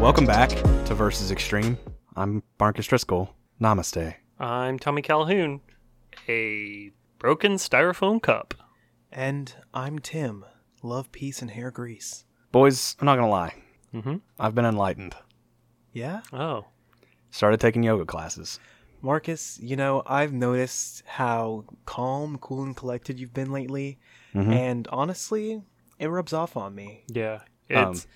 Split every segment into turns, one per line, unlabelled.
Welcome back to Versus Extreme. I'm Marcus Driscoll. Namaste.
I'm Tommy Calhoun, a broken styrofoam cup.
And I'm Tim. Love, peace, and hair grease.
Boys, I'm not going to lie.
Mhm.
I've been enlightened.
Yeah?
Oh,
Started taking yoga classes.
Marcus, you know, I've noticed how calm, cool, and collected you've been lately.
Mm-hmm.
And honestly, it rubs off on me.
yeah. It's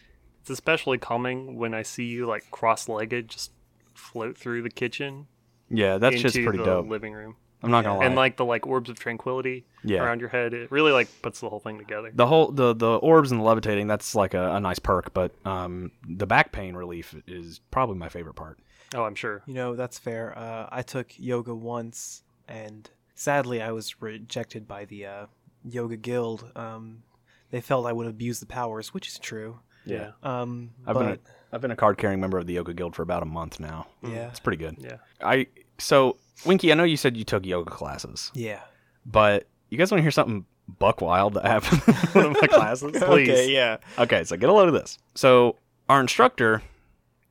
it's especially calming when I see you like cross-legged, just float through the kitchen
Yeah, that's
into
just pretty
the
dope.
living room,
I'm not going to lie.
and like the like orbs of tranquility
Yeah.
around your head. It really like puts the whole thing together.
the whole the the orbs and the levitating that's like a, a nice perk but um the back pain relief is probably my favorite part
Oh, I'm sure.
You know, that's fair. Uh, I took yoga once, and sadly, I was rejected by the uh, Yoga Guild. Um, they felt I would abuse the powers, which is true.
Yeah.
Um,
i've been a,
but,
i've been a card carrying member of the yoga guild for about a month now
yeah.
it's pretty good
Yeah.
i so winky i know you said you took yoga classes
Yeah.
but you guys want to hear something buck wild that happened in one of my classes please
Okay, yeah.
Okay, so get a load of this. So our instructor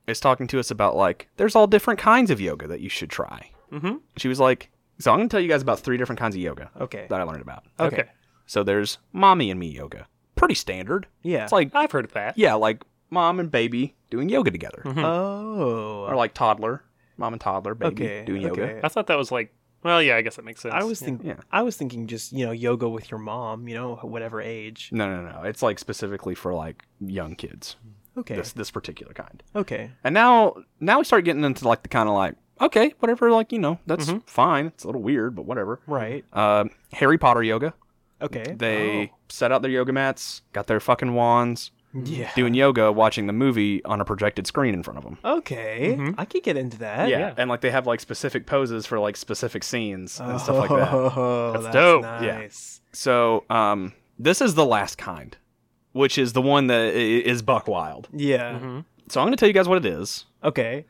is talking to us about like there's all different kinds of yoga that you should try.
Mhm.
She was like, so I'm gonna tell you guys about three different kinds of yoga
Okay.
that I learned about.
Okay.
Okay.
So there's mommy and me yoga, pretty standard.
Yeah.
It's like
I've heard of that.
yeah, like mom and baby doing yoga together,
Hmm. oh.
or Hmm. like toddler, mom and toddler, baby
Okay,
doing yoga.
okay.
I thought that was like. Well, yeah, I guess that makes sense.
I was thinking,
Yeah.
I was thinking just you know yoga with your mom, you know, whatever age.
No, no, no. It's like specifically for like young kids.
Okay,
This this particular kind.
okay,
And now now we start getting into like the kind of like okay, whatever, like you know that's fine. It's a little weird, but whatever.
right,
Uh, Harry Potter yoga.
okay,
They set out their yoga mats, got their fucking wands,
yeah,
doing yoga, watching the movie on a projected screen in front of them.
okay.
Mm-hmm.
I could get into that.
yeah. and like they have like specific poses for like specific scenes and stuff like that.
Oh,
That's
that's,
dope.
Yeah.
Nice.
So um, this is the last kind, which is the one that i- is buck wild.
Yeah.
Mm-hmm.
So I'm going to tell you guys what it is,
Okay.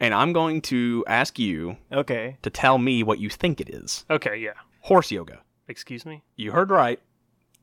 and I'm going to ask you
Okay.
to tell me what you think it is.
Okay. Yeah.
Horse yoga.
Excuse me.
You heard right.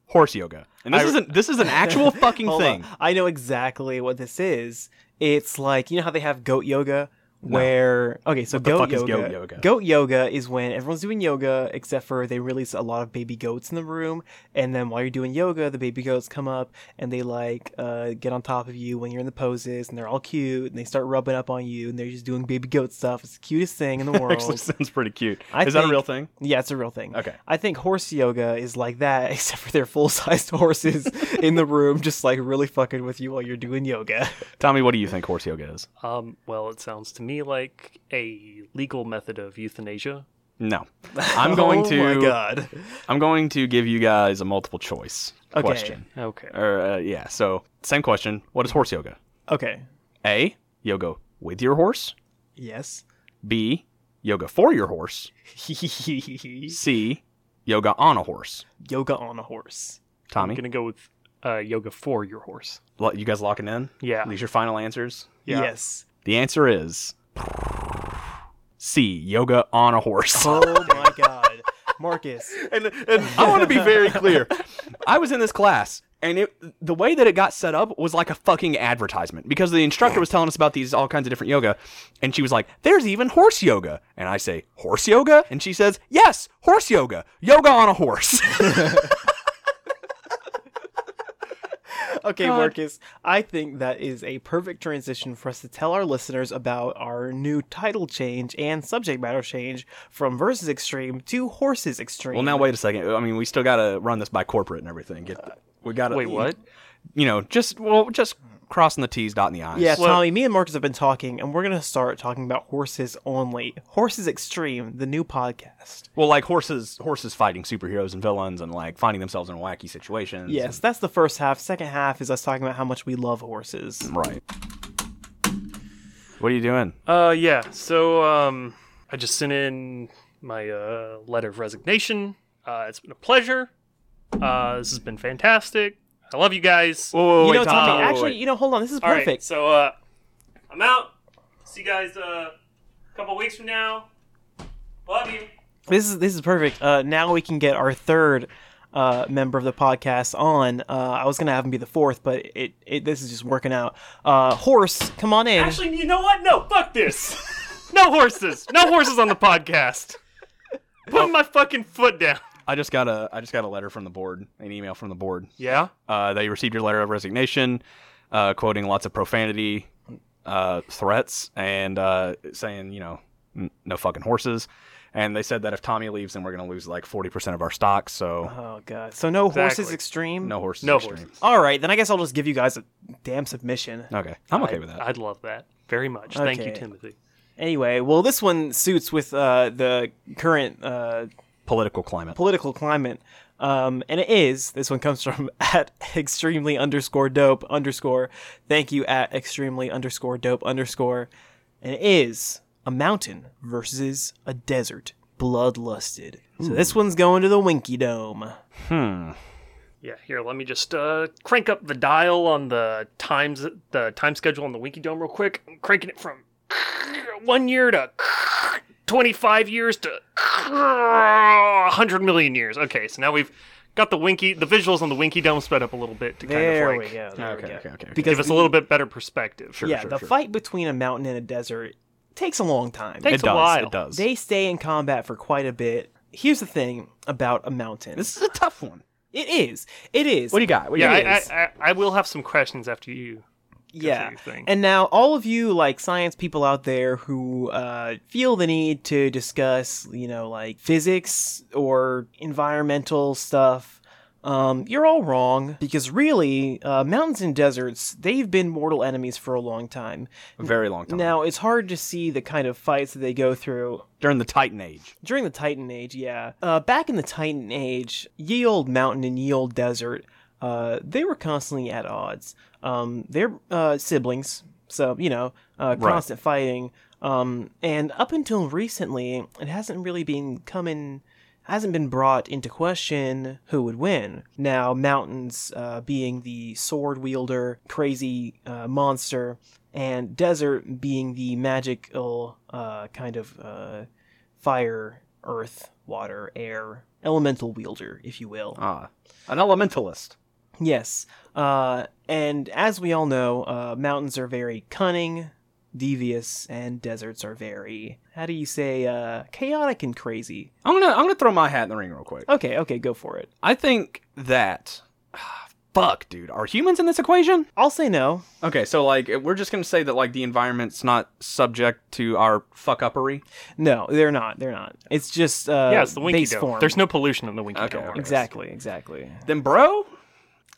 Horse yoga. And this isn't this is an actual fucking
Hold
thing.
on. I know exactly what this is. It's like you know how they have goat yoga. Where okay, so
What the
goat,
fuck is
yoga,
goat yoga?
Goat yoga is when everyone's doing yoga, except for they release a lot of baby goats in the room, and then while you're doing yoga, the baby goats come up and they like uh, get on top of you when you're in the poses, and they're all cute, and they start rubbing up on you, and they're just doing baby goat stuff. It's the cutest thing in the
Actually
world.
sounds pretty cute.
I
is that a
think-
real thing?
yeah, it's a real thing.
Okay.
I think horse yoga is like that, except for they're full sized horses in the room, just like really fucking with you while you're doing yoga.
Tommy, what do you think horse yoga is?
Um, well, it sounds to me like a legal method of euthanasia.
No. I'm going to
Oh my god.
I'm going to give you guys a multiple choice
Okay.
question.
Okay.
Or uh, yeah, so same question. What is horse yoga?
Okay.
A, yoga with your horse.
Yes.
B, yoga for your horse. C, yoga on a horse.
yoga on a horse.
Tommy,
I'm gonna go with uh, yoga for your horse.
lo- you guys locking in?
Yeah.
These are your final answers?
Yes.
The answer is C, yoga on a horse.
Oh my god. Marcus.
and, and I want to be very clear. I was in this class, and it the way that it got set up was like a fucking advertisement because the instructor was telling us about these all kinds of different yoga, and she was like, "There's even horse yoga," and I say, "Horse yoga," and she says, "Yes, horse yoga, yoga on a horse."
Okay, Marcus, I think that is a perfect transition for us to tell our listeners about our new title change and subject matter change from Versus Extreme to Horses Extreme.
well, now wait a second. I mean, we still gotta run this by corporate and everything. Get we gotta
Wait, what?
You know, just well, just crossing the T's, dotting the I's.
Yeah,
Well-
Tommy, me and Marcus have been talking, and we're going to start talking about horses only. Horses Extreme, the new podcast.
Well, like horses, horses fighting superheroes and villains, and like finding themselves in wacky situations.
Yes, that's the first half. Second half is us talking about how much we love horses.
Right. What are you doing?
Uh, yeah. So, um, I just sent in my uh, letter of resignation. Uh, it's been a pleasure. Uh, this has been fantastic. I love you guys.
whoa,
you know, Tommy,
wait,
actually,
wait.
you know, hold on, this is
All right,
perfect.
so, uh, I'm out. See you guys uh, a couple weeks from now. Love you.
This is this is perfect. Uh, now we can get our third uh, member of the podcast on. Uh, I was gonna have him be the fourth, but it, it this is just working out. Uh, Horse, come on in.
Actually, you know what? No, fuck this. No horses. No horses on the podcast. Put my fucking foot down.
I just got a I just got a letter from the board, an email from the board.
Yeah.
Uh, they received your letter of resignation, uh, quoting lots of profanity, uh, threats, and uh, saying you know n- no fucking horses. And they said that if Tommy leaves, then we're gonna lose like forty percent of our stock. So
Oh god. So no horses
Exactly.
extreme.
no horses.
No
extreme.
horses.
All right, then I guess I'll just give you guys a damn submission.
Okay, I'm okay with that.
I'd love that very much. Thank you,
Okay.
Timothy.
Anyway, well, this one suits with uh, the current uh,
Political climate.
political climate. Um, and it is. This one comes from at extremely underscore dope underscore. Thank you at extremely underscore dope underscore. And it is a mountain versus a desert. Bloodlusted. So this one's going to the Winky Dome.
Yeah, here, let me just uh, crank up the dial on the times the time schedule on the Winky Dome real quick. I'm cranking it from one year to twenty five years to hundred million years. Okay, so now we've got the Winky the visuals on the Winky Dome sped up a little bit to kind
There
of
we
like
go. There
Okay,
we go.
okay, okay. okay.
Because
give us a little bit better perspective. Sure.
yeah,
sure,
the
sure.
fight between a mountain and a desert takes a long time.
Takes
it does.
a while.
It does.
They stay in combat for quite a bit. Here's the thing about a mountain.
this is a tough one.
it is. It is.
What do you got? What do
Yeah,
you
I,
got?
I, I, I will have some questions after you.
yeah.
your thing.
And now all of you like science people out there who uh, feel the need to discuss, you know, like physics or environmental stuff. Um, you're all wrong because really, uh, mountains and deserts, they've been mortal enemies for a long time.
Very long time.
Now, it's hard to see the kind of fights that they go through
During the Titan Age.
during the Titan Age, yeah. Uh, back in the Titan Age, ye old mountain and ye old desert, uh, they were constantly at odds. Um, they're uh, siblings, so you know, uh, constant fighting. Um, and up until recently, it hasn't really been coming hasn't been brought into question who would win. Now, mountains uh, being the sword wielder, crazy uh, monster, and desert being the magical uh, kind of uh, fire, earth, water, air, elemental wielder, if you will.
Ah, an elementalist.
Yes. Uh, and as we all know, uh, mountains are very cunning, devious, and deserts are very, how do you say, uh, chaotic and crazy.
I'm gonna I'm gonna throw my hat in the ring real quick.
Okay, okay, go for it.
I think that. ah, Fuck, dude. Are humans in this equation?
I'll say no.
Okay, so like we're just gonna say that like the environment's not subject to our fuck uppery.
No, they're not. They're not. It's just uh,
yeah, it's the Winky
base
Dome.
form.
There's no pollution in the Winky
Okay,
Dome.
okay.
exactly, exactly.
Then, bro,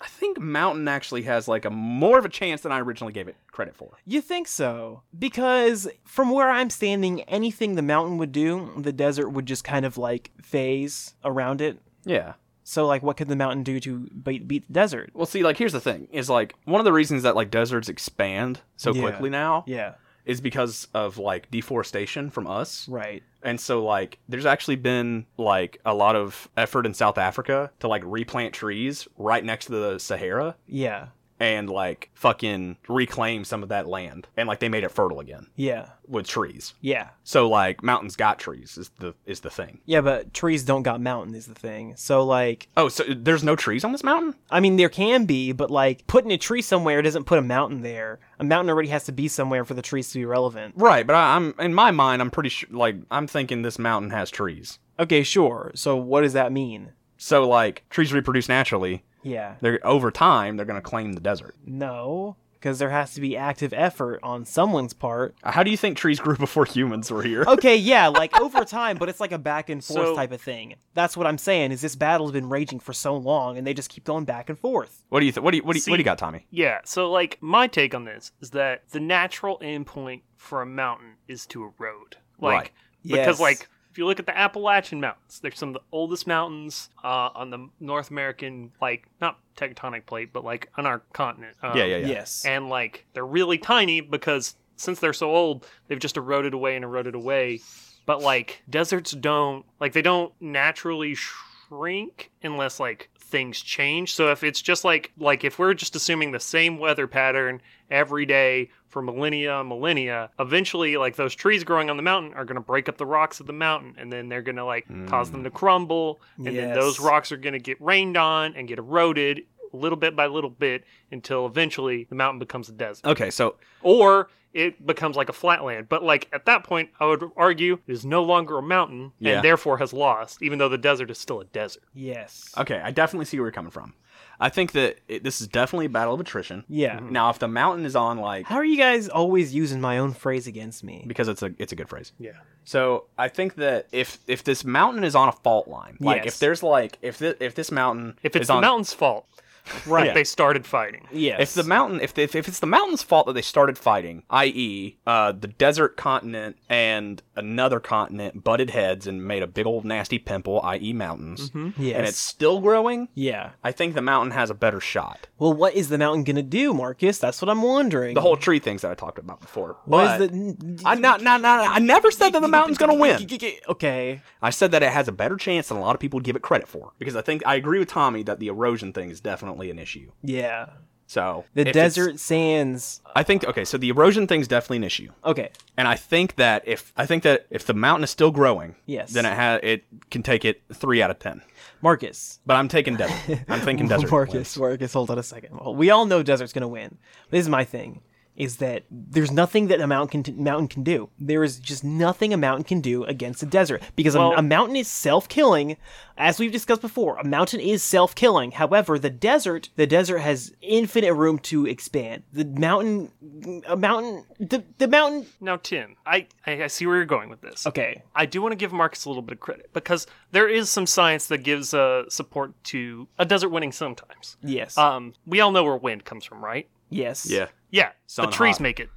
I think Mountain actually has like a more of a chance than I originally gave it credit for.
You think so? Because from where I'm standing, anything the mountain would do, the desert would just kind of like phase around it.
Yeah.
So like, what could the mountain do to beat, beat the desert?
Well, see, like here's the thing: is like one of the reasons that like deserts expand so
Yeah.
quickly now
Yeah,
is because of like deforestation from us.
right.
And so like there's actually been like a lot of effort in South Africa to like replant trees right next to the Sahara
Yeah,
and like fucking reclaim some of that land and like they made it fertile again
yeah,
with trees.
yeah,
So like mountains got trees is the is the thing.
yeah. But trees don't got mountain is the thing. So like,
Oh, so there's no trees on this mountain?
I mean, there can be, but like, putting a tree somewhere doesn't put a mountain there. A mountain already has to be somewhere for the trees to be relevant.
Right, but I, I'm in my mind I'm pretty sure like I'm thinking this mountain has trees.
Okay, sure. So what does that mean?
So like trees reproduce naturally.
Yeah.
They're over time they're going to claim the desert.
No, because there has to be active effort on someone's part.
How do you think trees grew before humans were here?
Okay, yeah, like over time, but it's like a back and forth
So-
type of thing. That's what I'm saying. Is this battle's been raging for so long, and they just keep going back and forth?
What do you th- what do you, what do you, what do
See-
you got, Tommy?
Yeah, so like my take on this is that the natural endpoint for a mountain is to erode. Like
Right.
because
Yes.
like if you look at the Appalachian Mountains, they're some of the oldest mountains uh, on the North American like not tectonic plate, but like on our continent. Um,
Yeah, yeah, yeah.
Yes.
And like they're really tiny because since they're so old, they've just eroded away and eroded away. But like deserts don't like they don't naturally shrink unless like things change. So if it's just like like if we're just assuming the same weather pattern every day for millennia, millennia, eventually like those trees growing on the mountain are going to break up the rocks of the mountain and then they're going to like cause them to crumble and then those
Yes.
rocks are going to get rained on and get eroded little bit by little bit until eventually the mountain becomes a desert
Okay, so
or it becomes like a flatland. But like at that point, I would argue it is no longer a mountain
Yeah.
and therefore has lost, even though the desert is still a desert.
Yes.
okay, I definitely see where you're coming from. I think that it, this is definitely a battle of attrition.
Yeah.
Now, if the mountain is on like
How are you guys always using my own phrase against me?
because it's a it's a good phrase.
Yeah.
So I think that if if this mountain is on a fault line, like
Yes.
if there's like if thi- if this mountain
If it's
is
the
on
mountain's fault, right? They started fighting.
Yes.
if the mountain if, if if it's the mountain's fault that they started fighting, i.e., uh, the desert continent and another continent butted heads and made a big old nasty pimple, i.e., mountains,
Mm-hmm. Yes.
and it's still growing,
yeah.
I think the mountain has a better shot.
Well, what is the mountain gonna do, Marcus? That's what I'm wondering.
The whole tree things that I talked about before.
Mm-hmm. What
But
is the?
I not, not, not, I never said that the mountain's gonna win.
Okay.
I said that it has a better chance than a lot of people give it credit for because I think I agree with Tommy that the erosion thing is definitely an issue.
Yeah.
So if
The
it's-
desert sands.
I think okay, so the erosion thing's definitely an issue.
Okay.
And I think that if I think that if the mountain is still growing,
Yes.
then it ha- it can take it three out of ten.
Marcus.
But I'm taking desert. I'm thinking desert.
Marcus, Marcus, hold on a second. Well, we all know desert's gonna win. This is my thing: is that there's nothing that a mountain can, mountain can do. There is just nothing a mountain can do against a desert because a-
Well-
a, mountain is self-killing. As we've discussed before, a mountain is self-killing. However, the desert, the desert has infinite room to expand. The mountain, a mountain, the the mountain.
Now, Tim, I, I I see where you're going with this.
Okay,
I do want to give Marcus a little bit of credit because there is some science that gives uh, support to a desert winning sometimes.
yes,
Um, we all know where wind comes from, right?
yes,
Uh, Yeah.
Yeah,
Sun
the trees
hot.
make it.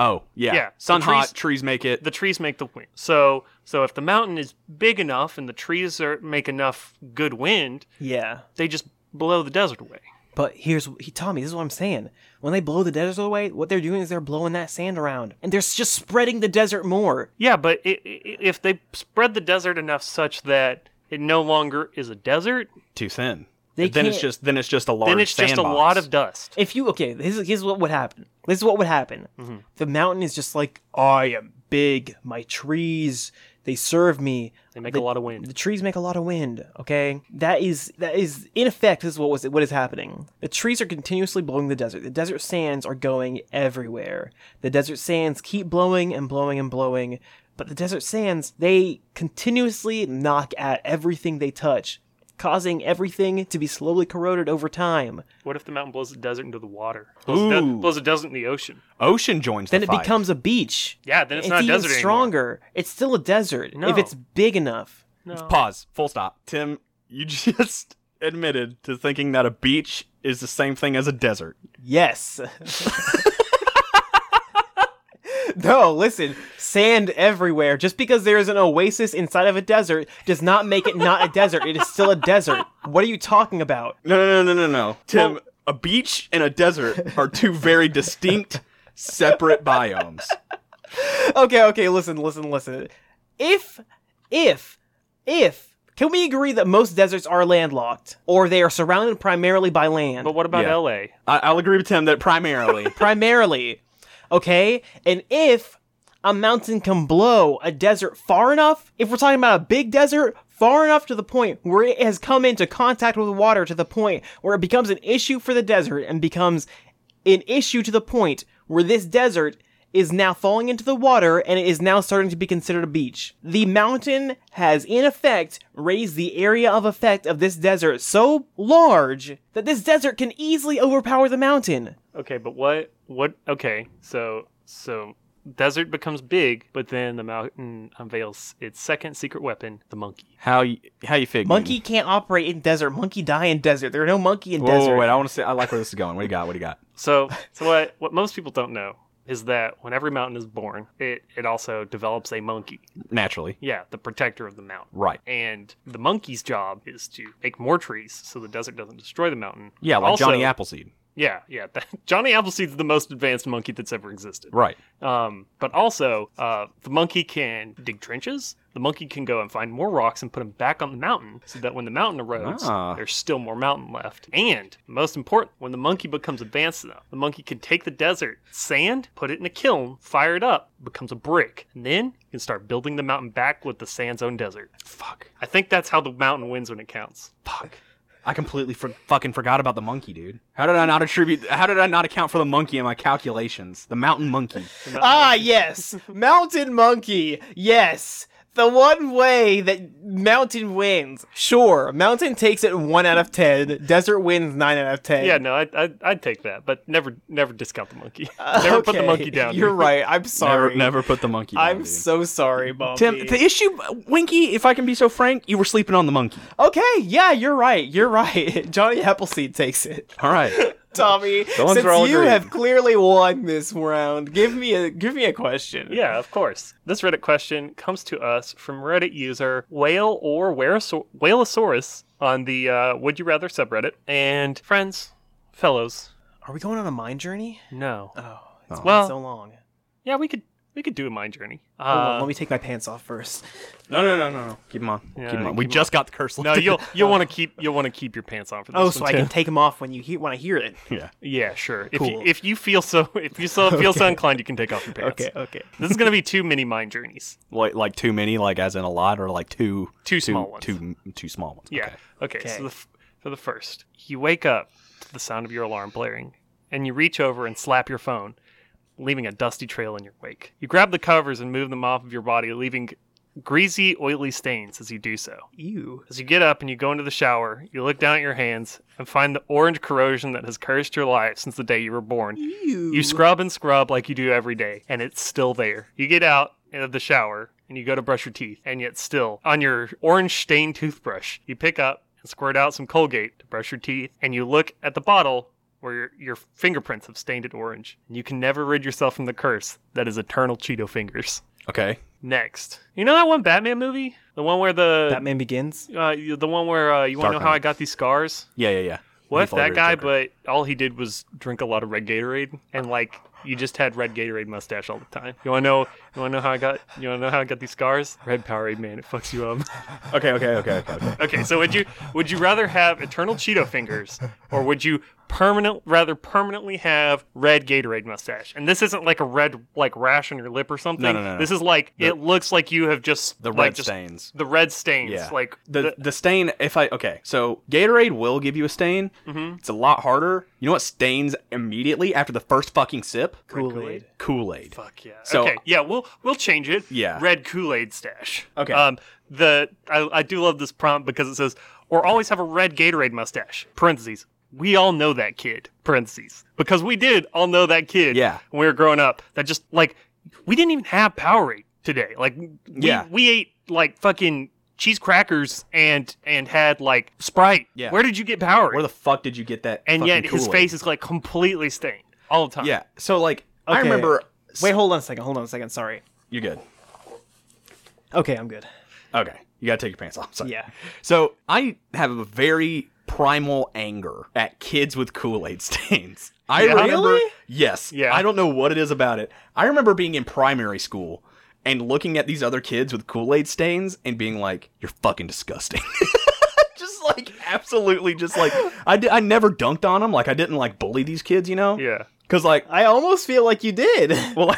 Oh yeah.
Yeah,
Sun
the trees-
hot trees make it.
the trees make the wind. So so if the mountain is big enough and the trees are make enough good wind,
yeah.
they just blow the desert away.
But here's he, Tommy. This is what I'm saying. When they blow the desert away, what they're doing is they're blowing that sand around, and they're s- just spreading the desert more.
Yeah, but i i if they spread the desert enough such that it no longer is a desert,
Too thin.
They
then it's
can't-
just then it's just a large.
then it's just a
sandbox.
lot of dust.
If you okay, this is, here's what would happen. This is what would happen.
Mm-hmm.
The mountain is just like I am big. My trees they serve me.
They make
The-
a lot of wind.
The trees make a lot of wind. Okay, that is that is in effect. This is what was what is happening. The trees are continuously blowing the desert. The desert sands are going everywhere. The desert sands keep blowing and blowing and blowing. But the desert sands they continuously knock at everything they touch, causing everything to be slowly corroded over time.
What if the mountain blows the desert into the water? Blows, the,
Ooh.
blows the desert in the ocean.
Ocean joins
Then
the
it
fight.
becomes a beach.
Yeah, then it's, not a
even
desert anymore.
stronger. It's still a desert
No.
if it's big enough.
Pause. Full stop. Tim, you just admitted to thinking that a beach is the same thing as a desert.
Yes. no, listen, sand everywhere. Just because there is an oasis inside of a desert does not make it not a desert. It is still a desert. What are you talking about?
No, no, no, no, no, no. Tim, a beach and a desert are two very distinct, separate biomes.
Okay, okay, listen, listen, listen. If, if, if, can we agree that most deserts are landlocked or they are surrounded primarily by land?
But what about
Yeah.
LA?
I- I'll agree with Tim that primarily.
primarily. Okay? And if a mountain can blow a desert far enough, if we're talking about a big desert, far enough to the point where it has come into contact with water to the point where it becomes an issue for the desert and becomes an issue to the point where this desert is now falling into the water and it is now starting to be considered a beach. The mountain has, in effect, raised the area of effect of this desert so large that this desert can easily overpower the mountain.
Okay, but what what okay, so so desert becomes big, but then the mountain unveils its second secret weapon, the monkey.
how you how you figure?
Monkey can't operate in desert. Monkey die in desert. There are no monkey in
Whoa, whoa,
desert.
wait! I want to say I like where this is going. What do you got? What do you got?
So, so what what most people don't know is that when every mountain is born, it it also develops a monkey.
Naturally,
Yeah, the protector of the mountain.
right?
And the monkey's job is to make more trees so the desert doesn't destroy the mountain.
Yeah, like
Also-
Johnny Appleseed.
Yeah, yeah. Johnny Appleseed's the most advanced monkey that's ever existed.
Right.
Um, but also, uh, the monkey can dig trenches. The monkey can go and find more rocks and put them back on the mountain so that when the mountain erodes,
Ah.
there's still more mountain left. And most important, when the monkey becomes advanced enough, the monkey can take the desert sand, put it in a kiln, fire it up, becomes a brick. And then you can start building the mountain back with the sand's own desert.
Fuck.
I think that's how the mountain wins when it counts.
Fuck. I completely for- fucking forgot about the monkey, dude. How did I not attribute? How did I not account for the monkey in my calculations? The mountain monkey.
The mountain
Ah, yes, mountain monkey. Yes, the one way that mountain wins. Sure, mountain takes it one out of ten. Desert wins nine out of ten.
Yeah, no, I, I, I'd take that, but never, never discount the monkey. never put the
Okay,
monkey down.
You're right. I'm
Never,
sorry.
never put the monkey. down,
I'm
dude.
so sorry, Bumpy.
Tim, the issue, Winky, if I can be so frank, you were sleeping on the monkey.
okay, yeah, you're right. You're right. Johnny Appleseed takes it.
All right.
Tommy,
ones
since
we're all
you
agreeing.
have clearly won this round, give me a give me a question.
Yeah, of course. This Reddit question comes to us from Reddit user Whale or Whereso- Whaleosaurus on the uh, Would You Rather subreddit. And friends, fellows,
Are we going on a mind journey?
no.
Oh, it's been
Well-
so long.
uh,
Yeah, we could we could do a mind journey.
Hold
Uh,
on, let me take my pants off first.
No, no, no, no, no. Keep him on.
Yeah,
keep him on.
keep
We
him
just got the curse.
no, you'll you'll want to keep you'll want to keep your pants on for this.
Oh,
one,
so I
too.
can take them off when you he- when I hear it.
Yeah.
Yeah, sure. If you
Cool.
if you feel so if you so feel so
Okay.
inclined, you can take off your pants.
Okay, okay.
This is gonna be two mini mind journeys.
Like, like too many, like as in a lot, or like two, two
Two small ones.
two, two small ones.
Yeah.
Okay.
Okay.
Okay.
So the f- for the first, you wake up to the sound of your alarm blaring, and you reach over and slap your phone, leaving a dusty trail in your wake. You grab the covers and move them off of your body, leaving greasy, oily stains as you do so.
Ew.
As you get up and you go into the shower, you look down at your hands and find the orange corrosion that has cursed your life since the day you were born.
Ew.
You scrub and scrub like you do every day, and it's still there. You get out of the shower and you go to brush your teeth, and yet still, on your orange stained toothbrush, you pick up and squirt out some Colgate to brush your teeth, and you look at the bottle where your, your fingerprints have stained it orange. And you can never rid yourself from the curse that is eternal Cheeto fingers.
Okay.
Next. You know that one Batman movie? The one where the.
Batman Begins.
Uh, the one where uh, you want
Dark
to know how
Knight.
I got these scars?
Yeah, yeah, yeah.
What
Heath
if that
Ledger,
guy,
Joker.
but all he did was drink a lot of red Gatorade, and like you just had red Gatorade mustache all the time. You wanna know? You wanna know how I got? You wanna know how I got these scars? Red Powerade, man, it fucks you up.
Okay, okay, okay, okay. okay.
okay, so would you would you rather have eternal Cheeto fingers, or would you permanent rather permanently have red Gatorade mustache? And this isn't like a red like rash on your lip or something.
no, no.
This is like it looks like you have just
The
like,
red
just-
stains.
The red stains,
Yeah.
like
The, the stain. If I okay, so Gatorade will give you a stain. It's a lot harder. You know what stains immediately after the first fucking sip?
Kool Aid.
Kool Aid.
Fuck yeah.
So-
okay, yeah, we'll we'll change it.
Yeah.
Red Kool Aid stash.
Okay.
Um, the I, I do love this prompt because it says, "Or always have a red Gatorade mustache." Parentheses. We all know that kid. Parentheses. Because we did all know that kid.
Yeah.
When we were growing up, that just like we didn't even have Powerade today. Like we,
Yeah.
we ate like fucking cheese crackers and and had like Sprite.
Yeah.
Where did you get Powerade?
Where the fuck did you get that?
and
fucking
yet his
Kool-Aid?
face is like completely stained all the time.
Yeah. So like, I
Okay.
remember.
Wait, hold on a second. Hold on a second. Sorry.
You're good.
Okay, I'm good.
Okay. You gotta take your pants off. Sorry.
Yeah.
So I have a very primal anger at kids with Kool Aid stains. I
Yeah.
remember.
Really?
Yes.
Yeah.
I don't know what it is about it. I remember being in primary school and looking at these other kids with Kool Aid stains and being like, "You're fucking disgusting." just like absolutely, just like I di- I never dunked on them. Like I didn't like bully these kids, you know?
Yeah.
Because like,
I almost feel like you did.
well,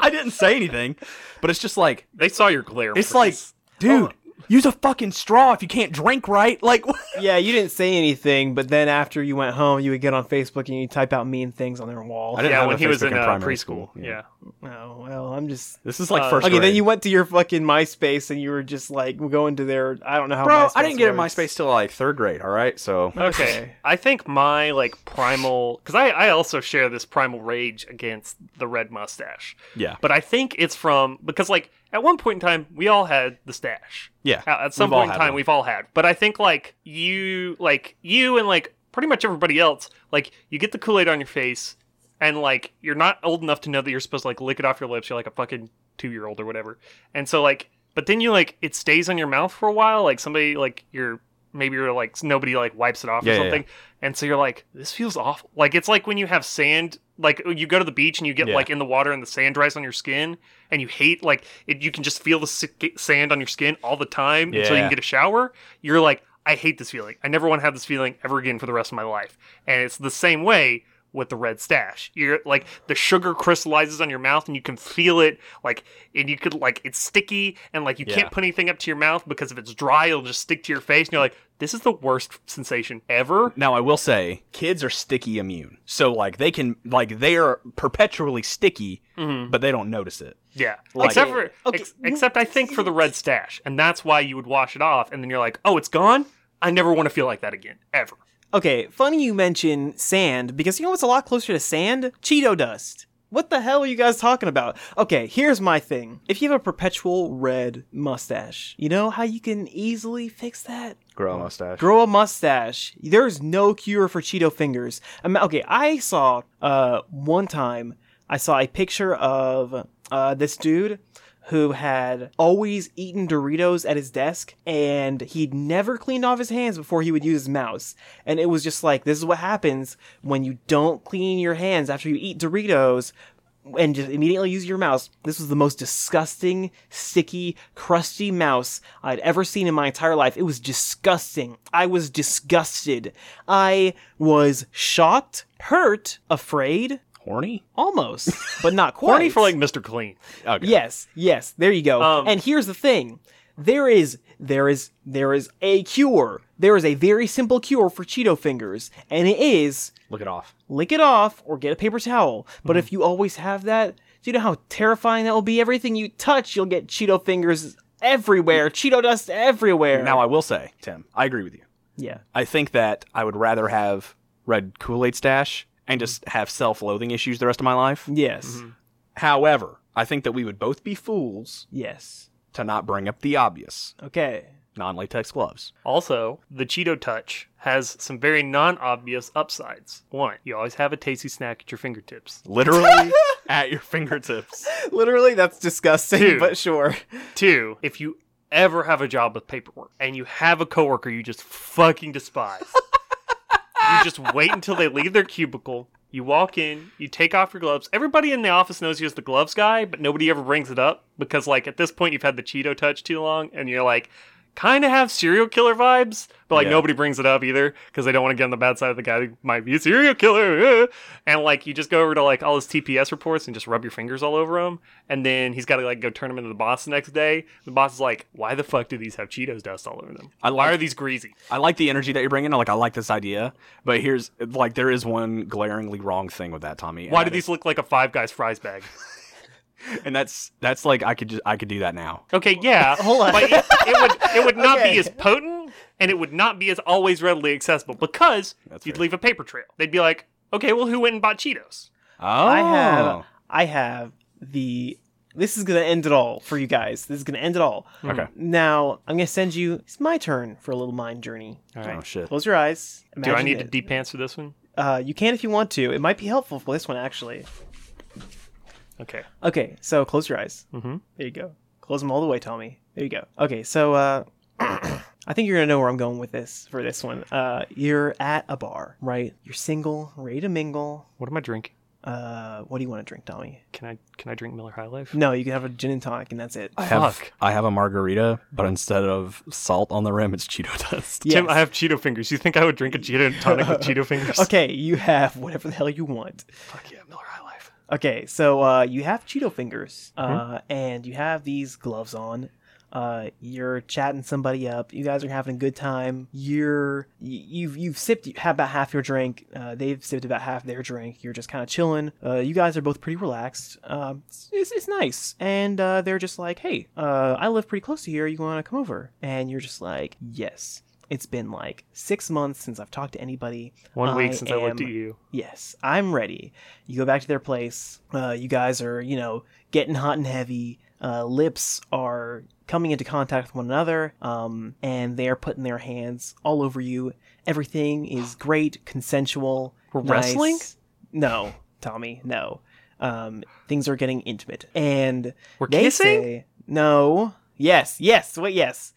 I didn't say anything, but it's just like
They saw your glare.
It's like, dude, use a fucking straw if you can't drink right. Like,
yeah, you didn't say anything, but then after you went home, you would get on Facebook and you type out mean things on their wall.
I didn't-
yeah,
have
when
a
he was
Facebook
in
in
uh,
primary
preschool.
school,
Yeah.
yeah.
Oh well, I'm just.
this is like
Uh,
first.
Okay, then
grade.
you went to your fucking MySpace and you were just like going to their. I don't know how.
bro.
MySpace
I didn't get in
works.
MySpace till like third grade. All right, so
Okay.
Okay.
I think my like primal because I I also share this primal rage against the red mustache,
yeah,
but I think it's from because like at one point in time we all had the stash.
yeah.
At at some
We've all
point in
had
time
one.
we've all had, but I think like you like you and like pretty much everybody else like you get the Kool Aid on your face and like you're not old enough to know that you're supposed to like lick it off your lips. You're like a fucking two year old or whatever, and so like but then you like it stays on your mouth for a while. Like somebody like your maybe you're like nobody like wipes it off
Yeah,
or
yeah,
something, and so you're like, this feels awful. Like it's like when you have sand. Like oh, you go to the beach and you get
Yeah.
like in the water and the sand dries on your skin and you hate like it, you can just feel the sick- sand on your skin all the time until you
Yeah.
can get a shower. You're like, I hate this feeling. I never want to have this feeling ever again for the rest of my life. And it's the same way with the red stash. You're like the sugar crystallizes on your mouth and you can feel it like and you could like it's sticky and like you
Yeah.
can't put anything up to your mouth because if it's dry it'll just stick to your face and you're like this is the worst sensation ever.
Now I will say, kids are sticky immune, so like they can like they are perpetually sticky, but they don't notice it.
Yeah.
Like-
except for
Okay.
ex- except I think for the red stash and that's why you would wash it off and then you're like, "Oh, it's gone? I never want to feel like that again ever."
Okay, funny you mention sand because you know what's a lot closer to sand? Cheeto dust. What the hell are you guys talking about? Okay, here's my thing. If you have a perpetual red mustache, you know how you can easily fix that?
Grow a mustache.
Grow a mustache. There's no cure for Cheeto fingers. Um, okay, I saw uh one time I saw a picture of uh this dude who had always eaten Doritos at his desk and he'd never cleaned off his hands before he would use his mouse. And it was just like this is what happens when you don't clean your hands after you eat Doritos and just immediately use your mouse. This was the most disgusting, sticky, crusty mouse I'd ever seen in my entire life. It was disgusting. I was disgusted. I was shocked, hurt, afraid,
Horny?
almost, but not quite.
Horny for like Mr. Clean. Uh,
Okay.
Yes, yes. There you go.
Um,
and here's the thing: there is, there is, there is a cure. There is a very simple cure for Cheeto fingers, and it is
Look it off.
lick it off or get a paper towel. But if you always have that, do you know how terrifying that will be? Everything you touch, you'll get Cheeto fingers everywhere, Cheeto dust everywhere.
Now I will say, Tim, I agree with you.
yeah.
I think that I would rather have red Kool Aid stash and just have self loathing issues the rest of my life.
Yes.
However, I think that we would both be fools
Yes.
to not bring up the obvious
Okay.
non latex gloves.
Also, the Cheeto Touch has some very non obvious upsides. One, you always have a tasty snack at your fingertips.
Literally at your fingertips.
Literally, that's disgusting,
Dude.
but sure.
Two, if you ever have a job with paperwork and you have a coworker you just fucking despise, you just wait until they leave their cubicle. You walk in, you take off your gloves. Everybody in the office knows you as the gloves guy, but nobody ever brings it up because, like, at this point, you've had the Cheeto touch too long, and you're like, kind of have serial killer vibes, but like
Yeah.
nobody brings it up either because they don't want to get on the bad side of the guy who might be a serial killer. uh. And like, you just go over to like all his TPS reports and just rub your fingers all over him, and then he's got to like go turn them into the boss the next day. The boss is like, why the fuck do these have Cheetos dust all over them?
I
Why
like-
are these greasy?
I like the energy that you're bringing. I Like I like this idea, but here's like there is one glaringly wrong thing with that, Tommy. and
Why do
that
these look like a Five Guys fries bag?
is- And that's that's like I could just I could do that now.
Okay, yeah.
Hold on.
But it, it would it would not
Okay.
be as potent and it would not be as always readily accessible because
That's
you'd
fair.
leave a paper trail. They'd be like, okay, well, who went and bought Cheetos?
Oh,
I have I have the this is gonna end it all for you guys. This is gonna end it all.
Okay.
Now I'm gonna send you it's my turn for a little mind journey.
Oh shit.
Close your eyes.
Do I
Imagine
need to
it.
deep pants for this one?
uh you can if you want to. It might be helpful for this one actually.
Okay.
Okay, so close your eyes.
Mhm.
There you go. Close them all the way, Tommy. There you go. Okay, so uh I think you're gonna know where I'm going with this for this one. Uh you're at a bar, right? You're single, ready to mingle.
What am I drinking?
Uh what do you want to drink, Tommy?
Can I can I drink Miller High Life?
No, you can have a gin and tonic and that's it.
I have
Fuck.
I have a margarita, but instead of salt on the rim, it's Cheeto dust.
Tim,
Yes.
I have Cheeto fingers. You think I would drink a Cheeto and tonic with Cheeto fingers?
Okay, you have whatever the hell you want.
Fuck yeah, Miller High Life.
Okay, so uh, you have Cheeto fingers,
Mm-hmm.
uh, and you have these gloves on. Uh, you're chatting somebody up. You guys are having a good time. You're you, you've you've sipped have about half your drink. Uh, they've sipped about half their drink. You're just kind of chilling. Uh, you guys are both pretty relaxed. Um, it's, it's it's nice. And uh, they're just like, hey, uh, I live pretty close to here. You want to come over? And you're just like, yes. It's been like six months since I've talked to anybody.
One week
I
since I looked
am
at you.
Yes, I'm ready. You go back to their place. Uh, you guys are, you know, getting hot and heavy. Uh, lips are coming into contact with one another, um, and they are putting their hands all over you. Everything is great, consensual.
We're
nice.
wrestling?
No, Tommy, no. Um, things are getting intimate, and
We're
they
kissing?
say no. Yes, yes, wait, yes.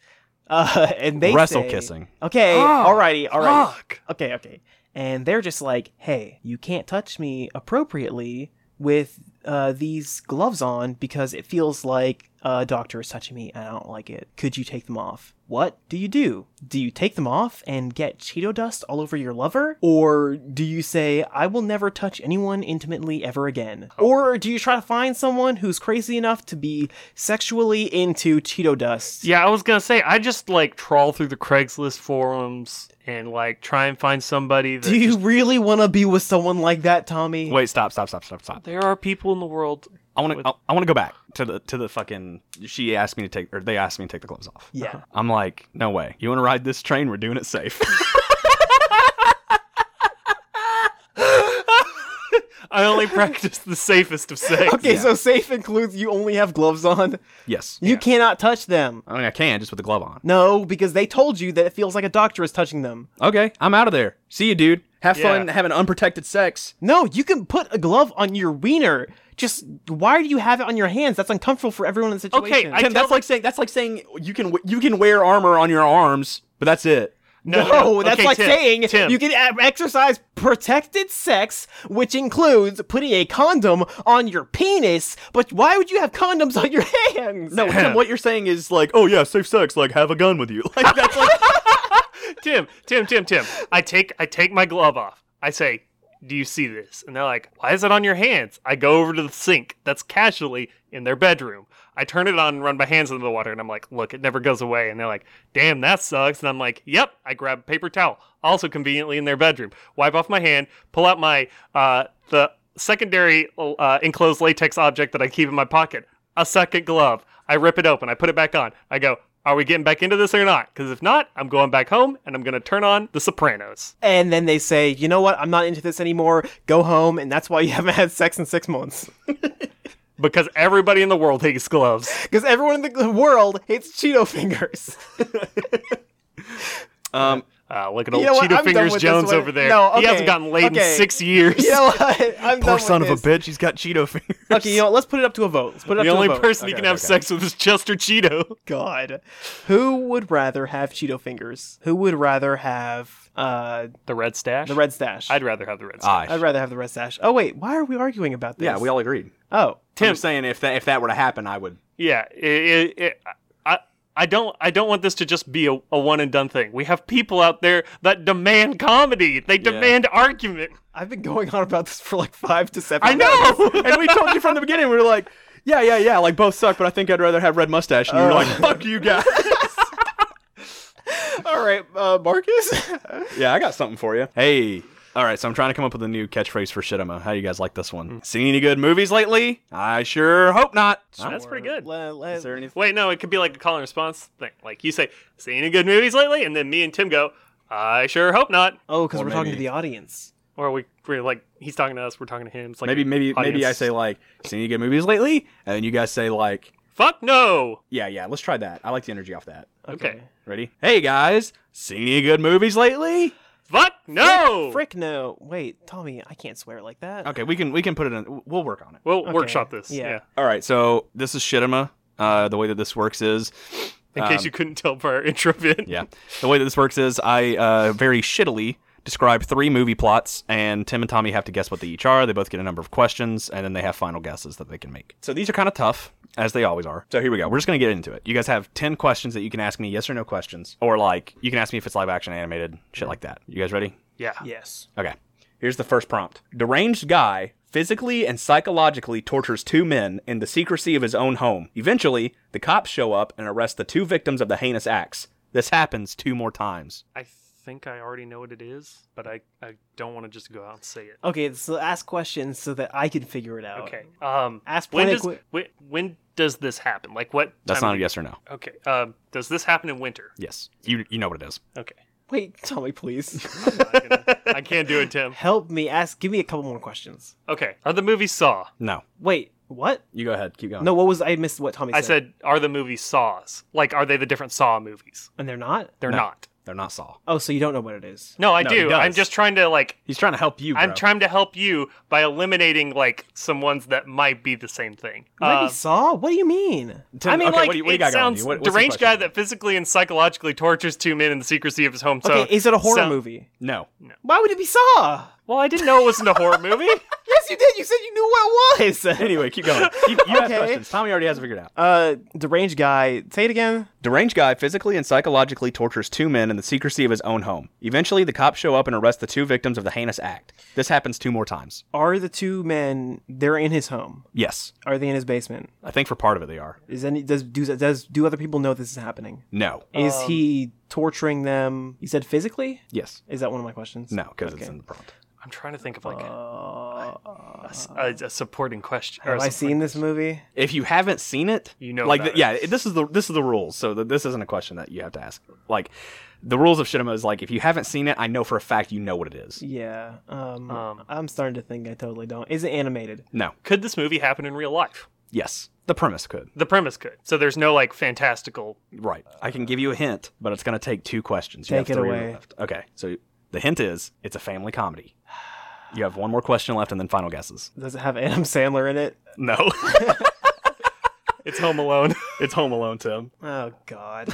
Uh, and they
Wrestle
say-
kissing.
Okay,
Ah,
alrighty, alright.
Fuck.
Okay, okay. And they're just like, hey, you can't touch me appropriately with uh, these gloves on because it feels like a doctor is touching me and I don't like it. Could you take them off? What do you do? Do you take them off and get Cheeto dust all over your lover? Or do you say, I will never touch anyone intimately ever again?
Oh.
Or do you try to find someone who's crazy enough to be sexually into Cheeto dust?
Yeah, I was gonna say I just like trawl through the Craigslist forums and like try and find somebody. That
Do you
just-
really want to be with someone like that, Tommy?
Wait, stop, stop, stop, stop, stop.
There are people in the world.
I want to. I want to go back to the to the fucking. She asked me to take, or they asked me to take the gloves off.
Yeah.
I'm like, no way. You want to ride this train? We're doing it safe.
I only practice the safest of safe.
Okay, so safe includes you only have gloves on.
yes.
You cannot touch them.
I mean, I can just with the glove on.
No, because they told you that it feels like a doctor is touching them.
Okay, I'm out of there. See you, dude. Have
Yeah.
fun having unprotected sex.
No, you can put a glove on your wiener. Just why do you have it on your hands? That's uncomfortable for everyone in the
Okay,
situation.
I-
Tim,
tell
that's like saying that's like saying you can w- you can wear armor on your arms, but that's it.
no,
no, that's
Okay,
like
Tim,
saying
Tim,
you can a- exercise protected sex, which includes putting a condom on your penis. But why would you have condoms on your hands?
No, Tim, what you're saying is like, oh yeah, safe sex, like have a gun with you. Like that's like
Tim, Tim, Tim, Tim. I take I take my glove off. I say, "Do you see this?" And they're like, "Why is it on your hands?" I go over to the sink. That's casually in their bedroom. I turn it on and run my hands into the water, and I'm like, "Look, it never goes away." And they're like, "Damn, that sucks." And I'm like, "Yep." I grab a paper towel, also conveniently in their bedroom. Wipe off my hand. Pull out my uh the secondary uh, enclosed latex object that I keep in my pocket. A second glove. I rip it open. I put it back on. I go, are we getting back into this or not? Because if not, I'm going back home and I'm going to turn on The Sopranos.
And then they say, you know what? I'm not into this anymore. Go home, and that's why you haven't had sex in six months.
Because everybody in the world hates gloves.
Because everyone in the world hates Cheeto fingers.
um
Uh, look at
You
old
know what?
Cheeto
I'm done
Fingers
with this
Jones
one.
over there.
No,
He
okay,
hasn't gotten laid
okay.
in six years.
You know what? I'm
poor
done
son
with
of a
this.
bitch, he's got Cheeto fingers.
Okay, you know what? Let's put it up to a vote. Let's put it up
the
to
only
a vote.
person he
Okay,
can have
okay.
sex with is Chester Cheeto.
God, who would rather have Cheeto fingers? Who would rather have uh
The Red Stash?
the red stash?
I'd rather have the Red Stash.
Ah,
I'd rather have the red stash. Oh wait, why are we arguing about this?
yeah, we all agreed.
Oh,
Tim
Tim.
I'm saying if that if that were to happen, I would.
Yeah, i i I, I- I don't, I don't want this to just be a, a one and done thing. We have people out there that demand comedy. They demand argument.
I've been going on about this for like five to seven.
I know.
And we told you from the beginning, we were like, yeah, yeah, yeah, like both suck, but I think I'd rather have red mustache. And you were
Oh.
like, fuck you guys.
minutes. all right, uh, Marcus.
yeah, I got something for you. Hey. All right, so I'm trying to come up with a new catchphrase for Shittima. How you guys like this one? Seen any good movies lately? I sure hope not.
That's pretty good.
Le- le-
Is there anything?
Wait, no, it could be like a call and response thing. Like you say, "Seen any good movies lately?" And then me and Tim go, "I sure hope not."
oh, because
Or
we're talking
maybe-
to the audience.
Or we we're like, he's talking to us, we're talking to him. It's like
maybe
an
maybe maybe I
audience.
say like, seen any good movies lately? And then you guys say like,
"Fuck no."
yeah, yeah, let's try that. I like the energy off that.
Okay.
Ready? Hey guys, seen any good movies lately?
Fuck no.
Frick no. Wait, Tommy, I can't swear like that.
Okay, we can we can put it in. We'll work on it.
We'll
Okay.
workshop this.
Yeah.
Yeah.
All right, so this is Shittima. Uh, the way that this works is,
In case
Um,
you couldn't tell by our intro bit.
yeah, the way that this works is I uh, very shittily describe three movie plots, and Tim and Tommy have to guess what they each are. They both get a number of questions, and then they have final guesses that they can make. So these are kind of tough, as they always are. So here we go. We're just gonna get into it. You guys have ten questions that you can ask me, yes or no questions, or like you can ask me if it's live action, animated, shit like that. You guys ready?
Yeah.
Yes.
Okay. Here's the first prompt. Deranged guy physically and psychologically tortures two men in the secrecy of his own home. Eventually, the cops show up and arrest the two victims of the heinous acts. This happens two more times.
I think I already know what it is, but I I don't want to just go out and say it.
Okay, so ask questions so that I can figure it out.
Okay. Um.
Ask
When
point
does when, when does this happen? Like what?
That's
time
not
of
a
year-
yes or no.
Okay. Um. Does this happen in winter?
Yes. You you know what it is.
Okay.
Wait, Tommy, please
I'm not gonna- I can't do it, Tim.
help me. Ask. Give me a couple more questions.
Okay. Are the movies Saw?
No.
Wait, what?
You go ahead. Keep going.
No, what was I missed? What Tommy said?
I said, are the movies Saws? Like, are they the different Saw movies?
and they're not.
They're
No.
not.
They're not Saw.
Oh, so you don't know what it is.
No, I
No, he
do. I'm
does.
just trying to like
He's trying to help you.
I'm
bro.
trying to help you by eliminating like some ones that might be the same thing.
Might
Uh,
be Saw? What do you mean?
Tim,
I mean,
okay,
like
what do you, what do you
it
got going on
sounds
you? What- what's the
deranged guy
question?
that physically and psychologically tortures two men in the secrecy of his home. So,
okay, is it a horror
so-
movie?
No,
Why would it be Saw?
well, I didn't know it wasn't a horror movie.
Yes, you did. You said you knew what it was.
Anyway, keep going. You, you ask
Okay.
questions. Tommy already has it figured out.
Uh, deranged guy. Say it again.
Deranged guy physically and psychologically tortures two men in the secrecy of his own home. Eventually, the cops show up and arrest the two victims of the heinous act. This happens two more times.
Are the two men? They're in his home.
Yes,
Are they in his basement?
I think for part of it they are.
Is any does do does do other people know this is happening?
No.
Is
Um,
he torturing them? You said physically.
Yes.
Is that one of my questions?
No, because
Okay.
it's in the prompt.
I'm trying to think of like a,
Uh,
a, a supporting question. or
have
a
I
supporting-
seen this movie?
If you haven't seen it,
You know
like,
about
yeah, this is the this is the rules. So th this isn't a question that you have to ask. Like, the rules of Shinema is like, if you haven't seen it, I know for a fact you know what it is.
Yeah. Um,
Um.
I'm starting to think I totally don't. Is it animated?
No.
Could this movie happen in real life?
Yes. The premise could.
The premise could. So there's no like fantastical.
Right. I can give you a hint, but it's going to take two questions. You
Take
have
it
three
away.
left. Okay. So the hint is it's a family comedy. You have one more question left and then final guesses.
Does it have Adam Sandler in it?
No.
It's Home Alone.
it's Home Alone, Tim.
Oh God.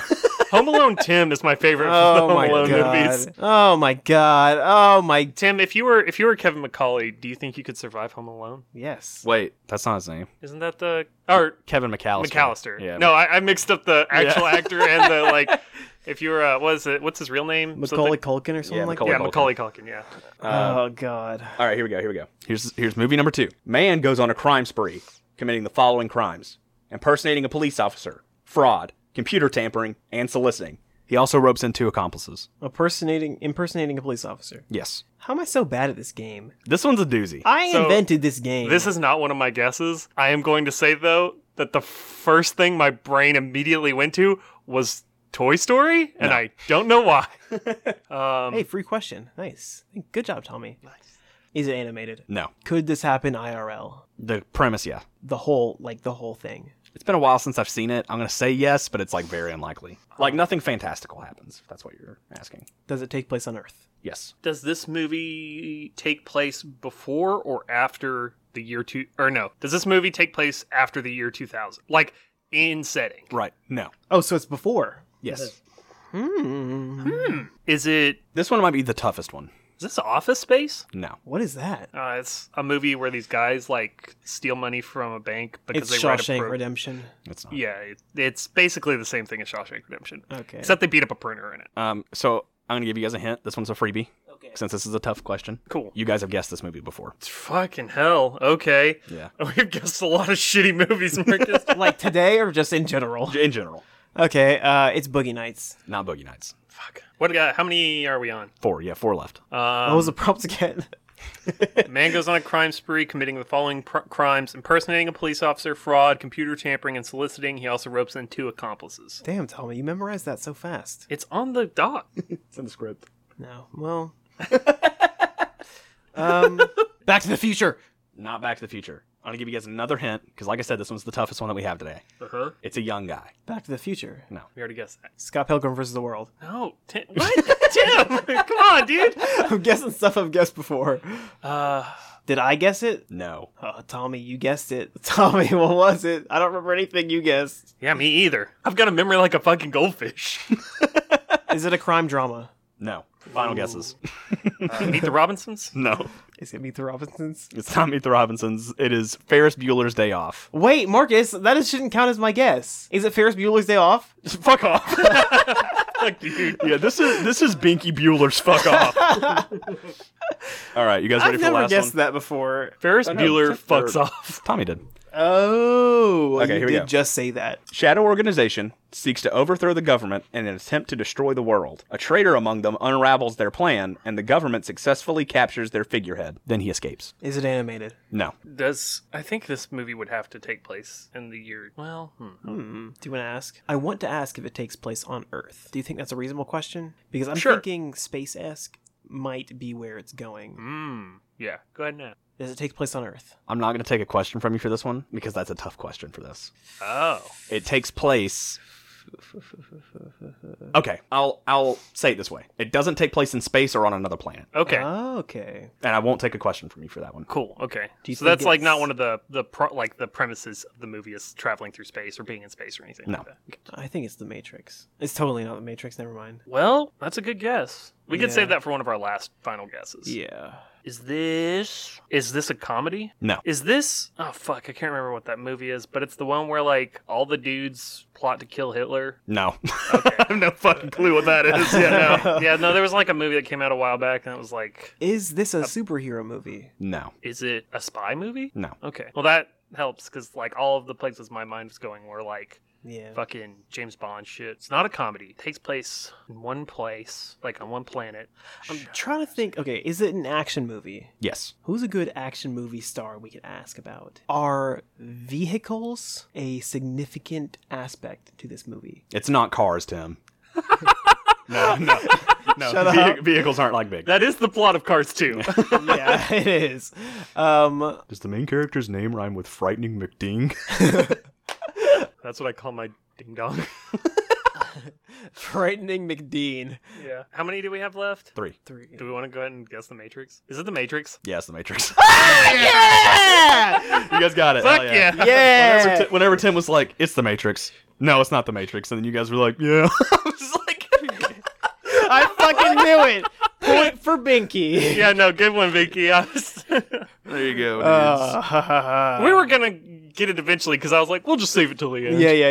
Home Alone Tim is my favorite. from
Oh
the Home
my
Alone
god.
movies.
Oh my god. Oh my.
Tim, if you were if you were Kevin McCauley, do you think you could survive Home Alone?
Yes.
Wait, that's not his name.
Isn't that the or
Kevin McAllister.
McAllister?
Yeah.
No, I, I mixed up the actual
Yeah.
actor and the like. If you were, uh, what is it? What's his real name?
Macaulay
Something-
Culkin or something like
Macaulay Uh,
yeah, Macaulay Culkin. Yeah.
that. oh god.
All right, here we go. Here we go. Here's here's movie number 2. Man goes on a crime spree, committing the following crimes: impersonating a police officer, fraud, computer tampering, and soliciting. He also ropes in two accomplices.
Impersonating impersonating a police officer.
Yes.
How am I so bad at this game?
This one's a doozy.
I
So,
invented this game.
This is not one of my guesses. I am going to say though that the first thing my brain immediately went to was Toy Story, and I don't know why. um,
Hey, free question. Nice. Good job, Tommy. Is it animated?
no.
Could this happen IRL?
The premise, yeah.
The whole like the whole thing.
It's been a while since I've seen it. I'm gonna say yes, but it's like very unlikely. Like nothing fantastical happens. If that's what you're asking.
Does it take place on Earth?
Yes.
Does this movie take place before or after the year two? Or no, does this movie take place after the year two thousand? Like in setting?
Right. No.
Oh, so it's before.
Yes.
Hmm.
Is it?
This one might be the toughest one.
Is this Office Space?
No.
What is that?
Uh, it's a movie where these guys like steal money from a bank because
It's
they write a
Shawshank
pro-
Redemption.
It's not.
Yeah, it, it's basically the same thing as Shawshank Redemption,
Okay.
except they beat up a printer in it.
Um. So I'm gonna give you guys a hint. This one's a freebie. Okay. Since this is a tough question.
Cool.
You guys have guessed this movie before.
Fucking hell. Okay.
Yeah.
We've guessed a lot of shitty movies, Marcus.
like today or just in general?
In general,
Okay, uh, it's Boogie Nights.
not Boogie Nights.
Fuck. What? Uh, how many are we on?
Four. Yeah, four left.
Um,
what was the prompt again?
Man goes on a crime spree, committing the following pr- crimes impersonating a police officer, fraud, computer tampering, and soliciting. He also ropes in two accomplices.
Damn, Tommy, you memorized that so fast.
It's on the dock.
It's in the script.
No, well. um, Back to the Future.
Not Back to the Future. I'm gonna give you guys another hint because, like I said, this one's the toughest one that we have today.
Uh-huh.
It's a young guy.
Back to the Future.
We already guessed that.
Scott Pilgrim versus the World.
No. Tim. What? Tim! Come on, dude!
I'm guessing stuff I've guessed before.
Uh,
Did I guess it?
No.
Oh, Tommy, you guessed it. Tommy, what was it? I don't remember anything you guessed.
yeah, me either. I've got a memory like a fucking goldfish.
Is it a crime drama?
No. Final guesses.
Uh, Meet the Robinsons?
No.
Is it Meet the Robinsons?
It's not Meet the Robinsons. It is Ferris Bueller's Day Off.
Wait, Marcus, that is- shouldn't count as my guess. Is it Ferris Bueller's Day Off?
Fuck off.
Fuck, dude.
yeah, this is this is Binky Bueller's. Fuck off. All right, you guys ready
I've
for the
never
last
guessed
one?
that before.
Ferris
no,
Bueller
just
fucks
third.
off.
Tommy did.
Oh,
Okay,
you
here we
did
go.
just say that.
Shadow organization seeks to overthrow the government in an attempt to destroy the world. A traitor among them unravels their plan, and the government successfully captures their figurehead. Then he escapes.
Is it animated?
No.
Does I think this movie would have to take place in the year? Well, hmm.
Hmm. Do you want to ask? I want to ask if it takes place on Earth. Do you think that's a reasonable question? Because I'm
Sure.
thinking space esque might be where it's going.
Mm, yeah. Go ahead now.
Does it take place on Earth?
I'm not going to take a question from you for this one because that's a tough question for this.
Oh,
It takes place Okay, I'll I'll say it this way. It doesn't take place in space or on another planet,
Okay.
Oh, okay.
and I won't take a question from you for that one.
cool. Okay.
Do you
so that's
think
like not
it's-
one of the the pro- like the premises of the movie is traveling through space or being in space or anything.
No.
Like that. Okay.
I think it's the Matrix. It's totally not the Matrix. Never mind.
Well, that's a good guess. We could save
Yeah.
that for one of our last final guesses.
Yeah.
Is this is this a comedy?
No.
Is this oh fuck, I can't remember what that movie is, but it's the one where like all the dudes plot to kill Hitler.
No.
I have no fucking clue what that is. Yeah, no. yeah, no, there was like a movie that came out a while back and it was like
Is this a superhero movie?
no.
is it a spy movie?
No.
Okay. Well that helps because like all of the places my mind was going were like
Yeah.
fucking James Bond shit. It's not a comedy. It takes place in one place, like on one planet.
I'm trying to think. Okay, is it an action movie?
Yes.
Who's a good action movie star we could ask about? Are vehicles a significant aspect to this movie?
It's not cars, Tim. no, no. No.
Shut
Ve-
up.
Vehicles aren't like big.
That is the plot of Cars 2.
yeah, it is. Um,
Does the main character's name rhyme with frightening McDing?
That's what I call my ding dong.
frightening McDean.
yeah. How many do we have left?
Three.
Three.
Do we want to go ahead and guess the Matrix? Is it the Matrix?
Yes, the Matrix.
Yeah!
you guys got it.
Fuck
Hell
yeah.
Whenever,
yeah!
Ti- whenever Tim was like, "It's the Matrix," no, it's not the Matrix, and then you guys were like, "Yeah." I was just like,
I fucking knew it. Point for Binky.
yeah, no, good one, Vicky. I was-
there you go. dudes.
Uh,
we were gonna get it eventually because I was like, we'll just save it till the end.
Yeah, yeah,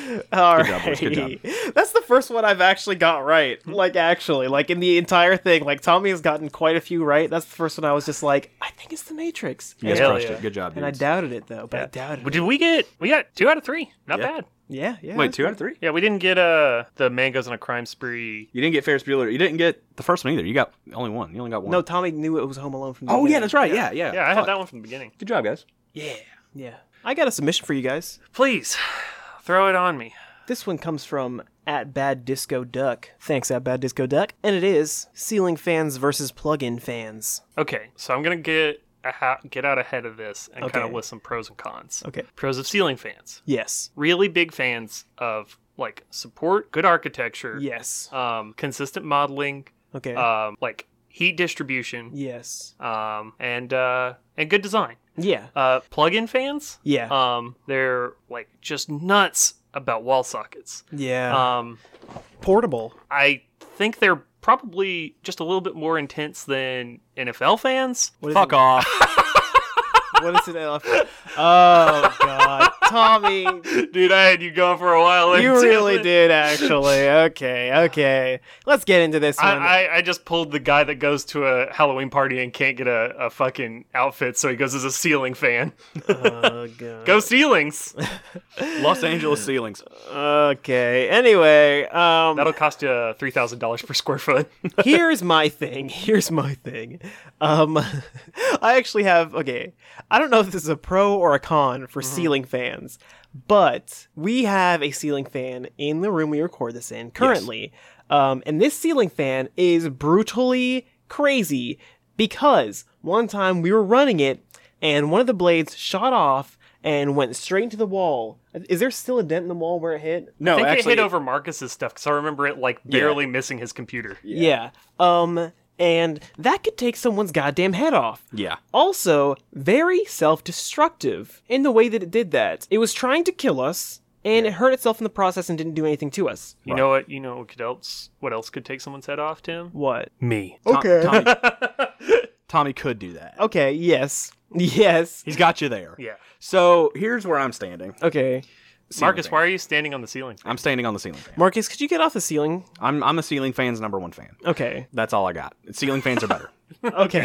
yeah. All right.
job, boys. Good job. Hmm.
That's the first one I've actually got right. Like, actually, like in the entire thing, like Tommy has gotten quite a few right. That's the first one I was just like, I think it's the Matrix.
You guys
Hell
crushed
yeah.
it. Good job,
And I
dudes.
doubted it though, but I doubted
Well,
it.
Did we get? We got two out of three. Not
Yeah.
bad.
Yeah, yeah.
Wait, two out of three.
Yeah, we didn't get uh the man goes on a crime spree.
You didn't get Ferris Bueller. You didn't get the first one either. You got only one. You only got one.
No, Tommy knew it was Home Alone from the
Oh yeah,
beginning.
that's right. Yeah, yeah.
Yeah, I had
Fuck.
that one from the beginning.
Good job, guys.
Yeah.
Yeah. I got a submission for you guys.
Please, throw it on me.
This one comes from at Bad Disco Duck. Thanks, at Bad Disco Duck. And it is ceiling fans versus plug-in fans.
Okay, so I'm gonna get a ha- get out ahead of this and kind
Okay.
of list some pros and cons.
Okay.
Pros of ceiling fans.
Yes.
Really big fans of like support, good architecture,
Yes.
Uh,
um, consistent modeling,
Okay.
um, like heat distribution,
yes.
um, and uh, and good design.
Yeah. Uh,
Uh, plug-in fans,
Yeah.
um, they're like just nuts about wall sockets.
yeah.
Um,
portable.
I think they're probably just a little bit more intense than NFL fans.
What is
Fuck
it?
off.
What is it? uh, Oh god, Tommy,
Dude, I had you going for a while. there,
you
too.
really did actually. Okay, okay. Let's get into this one.
I, I, I just pulled the guy that goes to a Halloween party and can't get a, a fucking outfit, so he goes as a ceiling fan.
oh god.
Go ceilings!
Los Angeles ceilings.
Okay. Anyway, um,
That'll cost you uh, three thousand dollars per square foot.
here's my thing. Here's my thing. Um, I actually have okay. I don't know if this is a pro or a con for ceiling fans, but we have a ceiling fan in the room we record this in currently, um, and this ceiling fan is brutally crazy because one time we were running it and one of the blades shot off and went straight into the wall. Is there still a dent in the wall where it hit?
No,
I think
actually,
it hit over Marcus's stuff because I remember it like barely missing his computer.
Yeah. Um, and that could take someone's goddamn head off.
Yeah.
Also, very self destructive in the way that it did that. It was trying to kill us, and it hurt itself in the process and didn't do anything to us.
You know what? You know what could else? What else could take someone's head off, Tim?
What?
Me.
Tom- Tommy, Tommy could do that.
Okay, yes. Yes.
He's got you there.
Yeah.
So here's where I'm standing.
Okay.
Ceiling
Marcus,
fan.
why are you standing on the ceiling?
I'm standing on the ceiling fan.
Marcus, could you get off the ceiling?
I'm I'm a ceiling fan's number one fan.
Okay.
That's all I got. Ceiling fans are better.
Okay.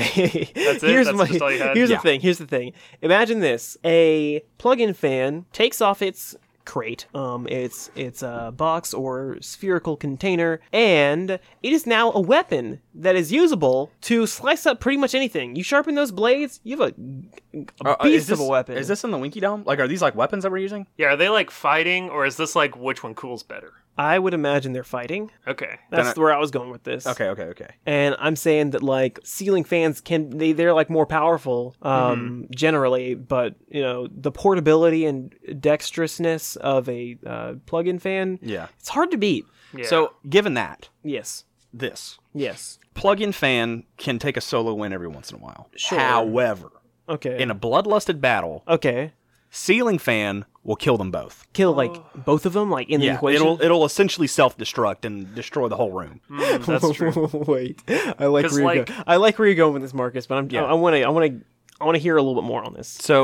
That's it? That's just all you had?
Here's
Yeah.
the thing. Here's the thing. Imagine this: a plug-in fan takes off its crate, um, its its uh, box or spherical container, and it is now a weapon that is usable to slice up pretty much anything. You sharpen those blades, you have a, a
Uh, uh,
beast
is this,
of a weapon.
Is this in the Winky Dome? Like, are these like weapons that we're using?
Yeah, are they like fighting, or is this like which one cools better?
I would imagine they're fighting.
Okay.
That's
I-
where I was going with this.
Okay, okay, okay.
and I'm saying that like ceiling fans can they they're like more powerful um generally, but you know the portability and dexterousness of a uh, plug-in fan
Yeah.
it's hard to beat.
Yeah.
So, given that,
Yes,
this
yes,
plug-in fan can take a solo win every once in a while. However,
okay,
in a bloodlusted battle,
okay,
ceiling fan will kill them both.
kill like both of them like in the equation.
it'll it'll essentially self-destruct and destroy the whole room.
Mm, that's true.
Wait, I like
'Cause,
where you're
like-
going. I like where you're going with this, Marcus. But I'm
Yeah.
I want to I want to I want to hear a little bit more on this.
So,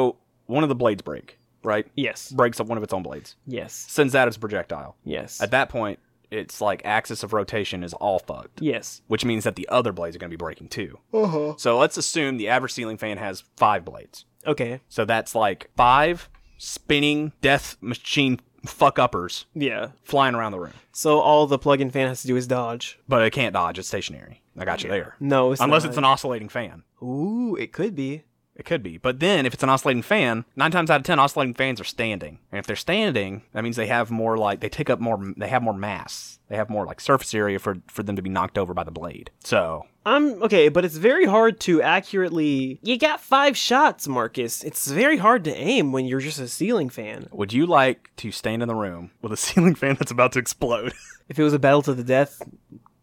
one of the blades break, right?
Yes,
Breaks up one of its own blades.
yes,
Sends out its projectile.
yes,
At that point, it's like axis of rotation is all fucked,
yes.
which means that the other blades are going to be breaking too.
Uh-huh.
So, let's assume the average ceiling fan has 5 blades.
Okay,
So that's like five spinning death machine fuck uppers
yeah.
flying around the room.
So all the plug-in fan has to do is dodge.
But it can't dodge, it's stationary. I got you there.
No, it's
Unless
not.
it's an oscillating fan.
Ooh, it could be.
It could be. But then if it's an oscillating fan, nine times out of ten oscillating fans are standing. And if they're standing, that means they have more like they take up more they have more mass. They have more like surface area for for them to be knocked over by the blade. So
I'm okay, but it's very hard to accurately. You got five shots, Marcus. It's very hard to aim when you're just a ceiling fan.
would you like to stand in the room with a ceiling fan that's about to explode?
If it was a battle to the death,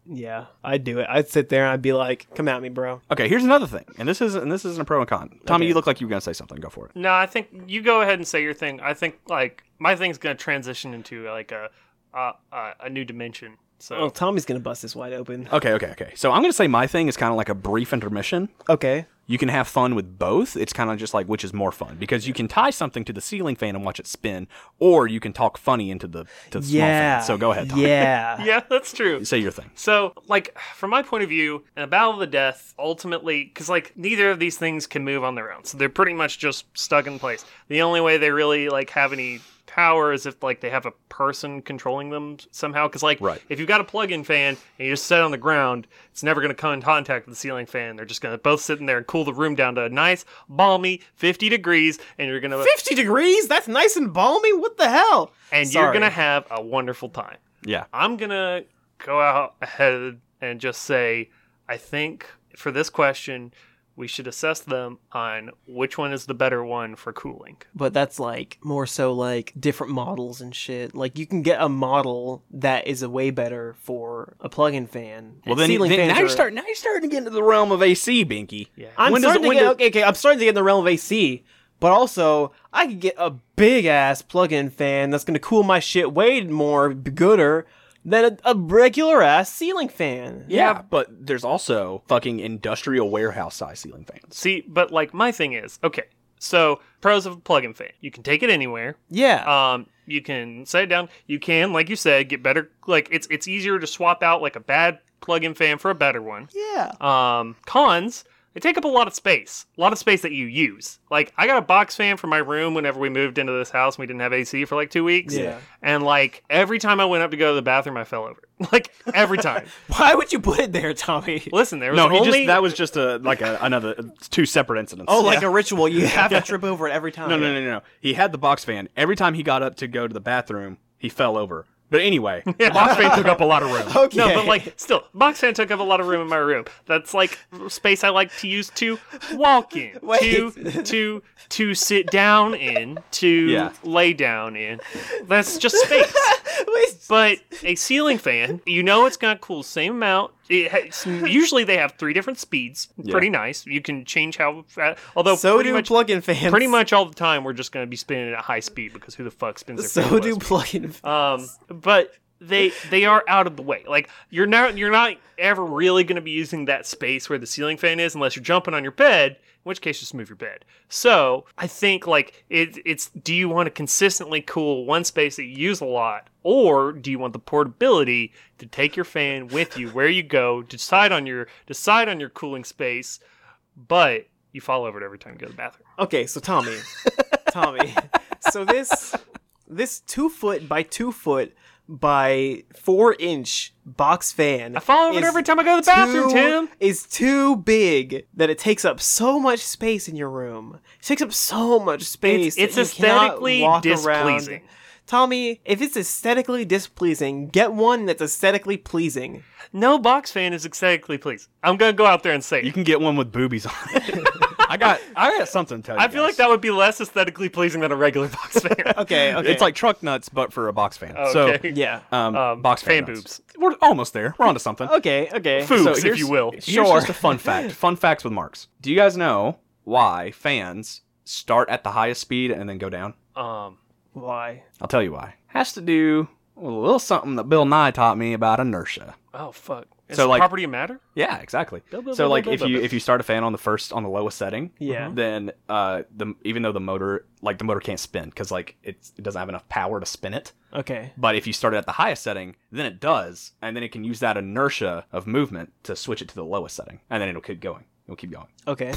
yeah, I'd do it. I'd sit there and I'd be like, "Come at me, bro."
okay, here's another thing. And this is and this isn't a pro and con. Tommy,
Okay.
you look like you were gonna say something. Go for it.
No, I think you go ahead and say your thing. I think like my thing's gonna transition into like a uh, uh, a new dimension. So
Oh, Tommy's gonna bust this wide open.
Okay, okay, okay. So I'm going to say my thing is kind of like a brief intermission.
Okay,
You can have fun with both. It's kind of just like which is more fun because you can tie something to the ceiling fan and watch it spin, or you can talk funny into the to the small
yeah.
fan. So go ahead, Tom.
Yeah,
yeah, that's true.
Say your thing.
So, like, from my point of view, in a battle of the death, ultimately, because, like, neither of these things can move on their own. So they're pretty much just stuck in place. The only way they really, like, have any power is if, like, they have a person controlling them somehow. Because, like,
Right.
if you've got a plug in fan and you just sit on the ground, it's never going to come in contact with the ceiling fan. They're just going to both sit in there and cool the room down to a nice, balmy 50 degrees, and you're going to.
fifty degrees. That's nice and balmy. What the hell?
And you're
Sorry.
going to have a wonderful time.
Yeah.
I'm gonna go out ahead and just say I think for this question we should assess them on which one is the better one for cooling.
but that's like more so like different models and shit. Like you can get a model that is a way better for a plug-in fan.
Well,
And
then,
ceiling
then
fans
now you're
are-
starting. Now you're starting to get into the realm of AC, Binky.
Yeah.
I'm
When does
starting
it- when
to get
does-
okay, okay. I'm starting to get in the realm of AC, but also I could get a big ass plug-in fan that's gonna cool my shit way more b- gooder than a, a regular ass ceiling fan.
Yeah, but there's also fucking industrial warehouse size ceiling fans.
See, but like my thing is, okay, so pros of a plug-in fan. You can take it anywhere.
Yeah.
Um you can set it down. You can, like you said, get better like it's it's easier to swap out like a bad plug-in fan for a better one.
yeah.
Um, cons, they take up a lot of space, a lot of space that you use. Like, I got a box fan for my room whenever we moved into this house and we didn't have AC for like two weeks.
Yeah.
And like, every time I went up to go to the bathroom, I fell over. Like, every time.
Why would you put it there, Tommy?
Listen, there was
No, he
only.
just that was just a like a, another two separate incidents.
Oh, like a ritual. You have to trip over it every time.
No, no, no, no, no. He had the box fan. Every time he got up to go to the bathroom, he fell over. But anyway, box fan took up a lot of room.
Okay.
no, but like, still, box fan took up a lot of room in my room. That's like space I like to use to walk in, to
Wait.
to to sit down in, to
Yeah.
lay down in. That's just space.
Wait,
But a ceiling fan, you know it's gonna cool the same amount. It has, usually they have three different speeds. Pretty nice. You can change how. fa- Although
So
pretty
do
much,
plug-in fans.
pretty much all the time we're just gonna be spinning at high speed because who the fuck spins their fan
So
at
do
low speed?
plug-in. fans.
Um, but they they are out of the way. Like you're not you're not ever really going to be using that space where the ceiling fan is unless you're jumping on your bed. In which case, just move your bed. So I think like it, it's do you want to consistently cool one space that you use a lot, or do you want the portability to take your fan with you where you go, decide on your decide on your cooling space, but you fall over it every time you go to the bathroom.
Okay, so Tommy, Tommy, so this this two foot by two foot by four inch box fan.
I fall over
is
it every time I go to the bathroom,
too-
Tim.
Is too big that it takes up so much space in your room. It takes up so much space.
It's, it's
that you cannot
aesthetically
walk around.
displeasing.
Tommy, if it's aesthetically displeasing, get one that's aesthetically pleasing.
No box fan is aesthetically pleased. I'm gonna go out there and say it.
You can get one with boobies on it. I got I got something to tell you.
I feel like
guys.
that would be less aesthetically pleasing than a regular box fan.
Okay, okay.
It's like truck nuts, but for a box fan.
Okay.
yeah.
So, um,
Um,
box fan,
fan
nuts. We're almost there. We're onto something.
Okay, okay.
Food. Oops, if
here's-
you will.
Here's
Sure.
just a fun fact. Fun facts with marks. Do you guys know why fans start at the highest speed and then go down?
Um,
Why?
I'll tell you why. Has to do with a little something that Bill Nye taught me about inertia.
oh fuck. Is
So, like-
property of matter?
Yeah, exactly.
Bill, Bill,
so
Bill,
like
Bill,
if
Bill,
you
Bill.
if you start a fan on the first on the lowest setting,
Yeah.
then uh the even though the motor like the motor can't spin because like it's, it doesn't have enough power to spin it.
Okay.
But if you start it at the highest setting, then it does, and then it can use that inertia of movement to switch it to the lowest setting, and then it'll keep going. It'll keep going.
Okay.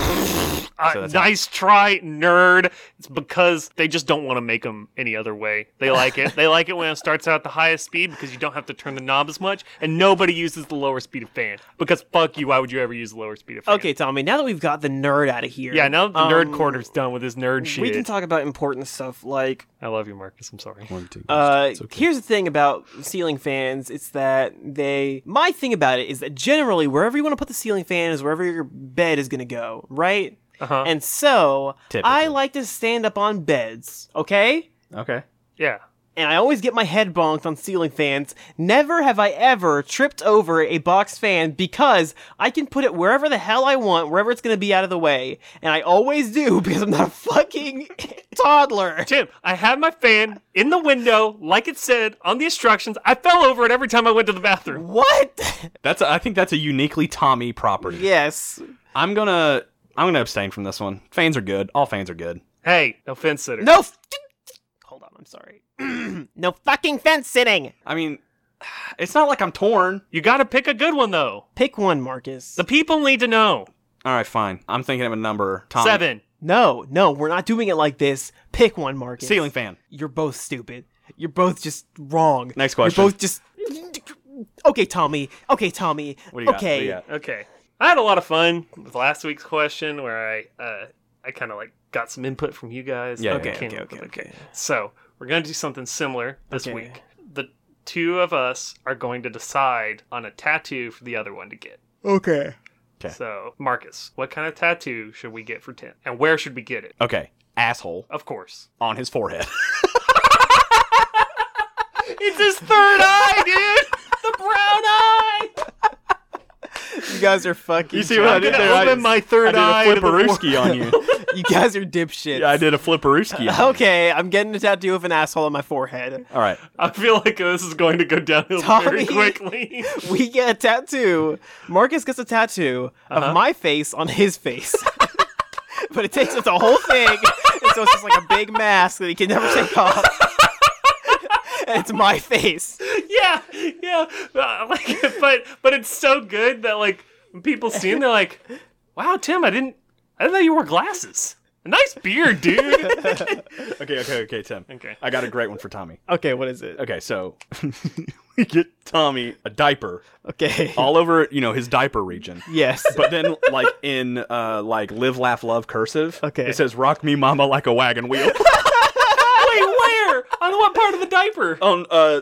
Uh,
So that's how-
nice try, nerd. It's because they just don't want to make them any other way. They like it. they like it when it starts out at the highest speed because you don't have to turn the knob as much, and nobody uses the lower speed of fan because fuck you. Why would you ever use the lower speed of fan?
Okay, Tommy, now that we've got the nerd out of here.
Yeah, now that the nerd
um,
corner's done with his nerd shit.
We can talk about important stuff like
I love you, Marcus. I'm sorry. Oh,
Uh, Here's the thing about ceiling fans. It's that they. My thing about it is that generally, wherever you want to put the ceiling fan is wherever your bed is going to go, right?
Uh-huh.
And so,
Typically.
I like to stand up on beds, okay?
Okay.
yeah.
And I always get my head bonked on ceiling fans. Never have I ever tripped over a box fan because I can put it wherever the hell I want, wherever it's going to be out of the way. And I always do because I'm not a fucking toddler.
Tim, I had my fan in the window, like it said on the instructions. I fell over it every time I went to the bathroom.
What?
That's a, I think that's a uniquely Tommy property.
yes.
I'm gonna I'm gonna abstain from this one. Fans are good. All fans are good.
Hey, no fence sitter.
No. F- Hold on, I'm sorry. no fucking fence sitting.
I mean, it's not like I'm torn.
You got to pick a good one though.
Pick one, Marcus.
The people need to know.
All right, fine. I'm thinking of a number. Tommy.
Seven.
no, no, we're not doing it like this. Pick one, Marcus.
Ceiling fan.
You're both stupid. You're both just wrong.
Next question.
You're both just. Okay, Tommy. Okay, Tommy.
What do you got? What do
okay.
you got?
Okay. I had a lot of fun with last week's question where I uh, I kind of like got some input from you guys.
Yeah,
I
okay,
came
okay,
up with-
okay, okay.
So we're gonna do something similar this
Okay.
week. The two of us are going to decide on a tattoo for the other one to get.
Okay.
Okay.
So Marcus, what kind of tattoo should we get for Tim, and where should we get it?
Okay. Asshole
Of course,
on his forehead.
it's his third eye, dude. The brown eye.
You guys are fucking.
what I did there? I- I did a flipperooski
on you.
you guys are dipshits.
did a flipperooski.
Okay, I'm getting a tattoo of an asshole on my forehead.
All right.
I feel like this is going to go downhill
Tommy.
very quickly.
We get a tattoo. Marcus gets a tattoo
Uh-huh.
of my face on his face. but it takes up the whole thing. and so it's just like a big mask that he can never take off. and it's my face.
yeah, yeah. Uh, like, but but it's so good that like when people see him, they're like, "Wow, Tim, I didn't, I didn't know you wore glasses. Nice beard, dude."
Okay. Okay. Okay. Tim.
Okay.
I got a great one for Tommy.
Okay, what is it?
Okay. So we get Tommy a diaper
Okay.
all over, you know, his diaper region.
yes.
but then like in uh like live laugh love cursive
Okay.
it says rock me mama like a wagon wheel
Wait, where? On what part of the diaper?
on uh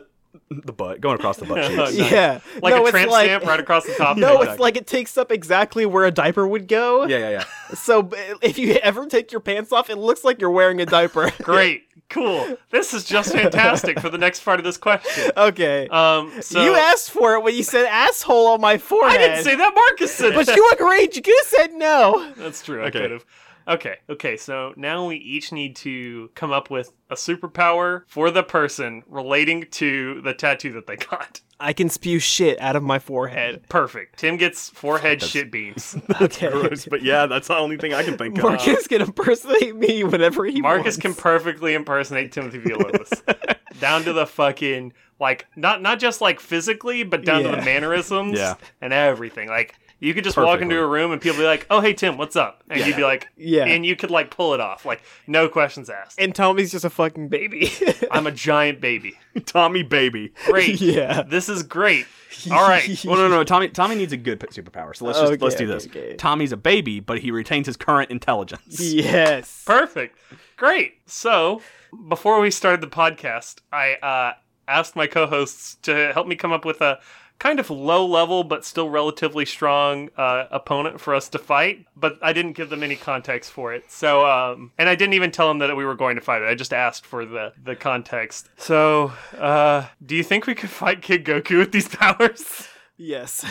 the butt going across the butt cheeks
Yeah.
yeah.
Like
no,
a
it's
tramp
like-
stamp right across the top.
No,
of it.
it's like it takes up exactly where a diaper would go.
yeah yeah yeah
So b- if you ever take your pants off, it looks like you're wearing a diaper.
great, cool. This is just fantastic for the next part of this question.
okay.
Um, so
you asked for it when you said asshole on my
I
forehead.
didn't say that. Marcus said
But
that.
you agreed. You could have said no.
That's true.
Okay.
I could have. Okay. Okay. So now we each need to come up with a superpower for the person relating to the tattoo that they got.
I can spew shit out of my forehead.
Perfect. Tim gets forehead shit beams.
Okay.
but yeah that's the only thing i can think
Marcus can impersonate me whenever he
Marcus
wants.
can perfectly impersonate Timothy Villalobos, down to the fucking like not not just like physically, but down to
Yeah.
the mannerisms
Yeah.
and everything. Like You could just walk into
Perfectly.
a room and people be like, "Oh, hey Tim, what's up?" And you'd be like,
Yeah.
and you could like pull it off, like no questions asked.
And Tommy's just a fucking baby.
I'm a giant baby.
Tommy baby.
Great.
Yeah.
This is great. All right.
Well, Oh, no, no, no. Tommy, Tommy needs a good p- superpower. So let's just let's
Okay,
do this.
okay, okay.
Tommy's a baby, but he retains his current intelligence.
yes.
Perfect. Great. So, before we started the podcast, I uh, asked my co hosts to help me come up with a kind of low level but still relatively strong uh, opponent for us to fight, but I didn't give them any context for it. So, um, and I didn't even tell them that we were going to fight it. I just asked for the, the context. So, uh, do you think we could fight Kid Goku with these powers?
Yes.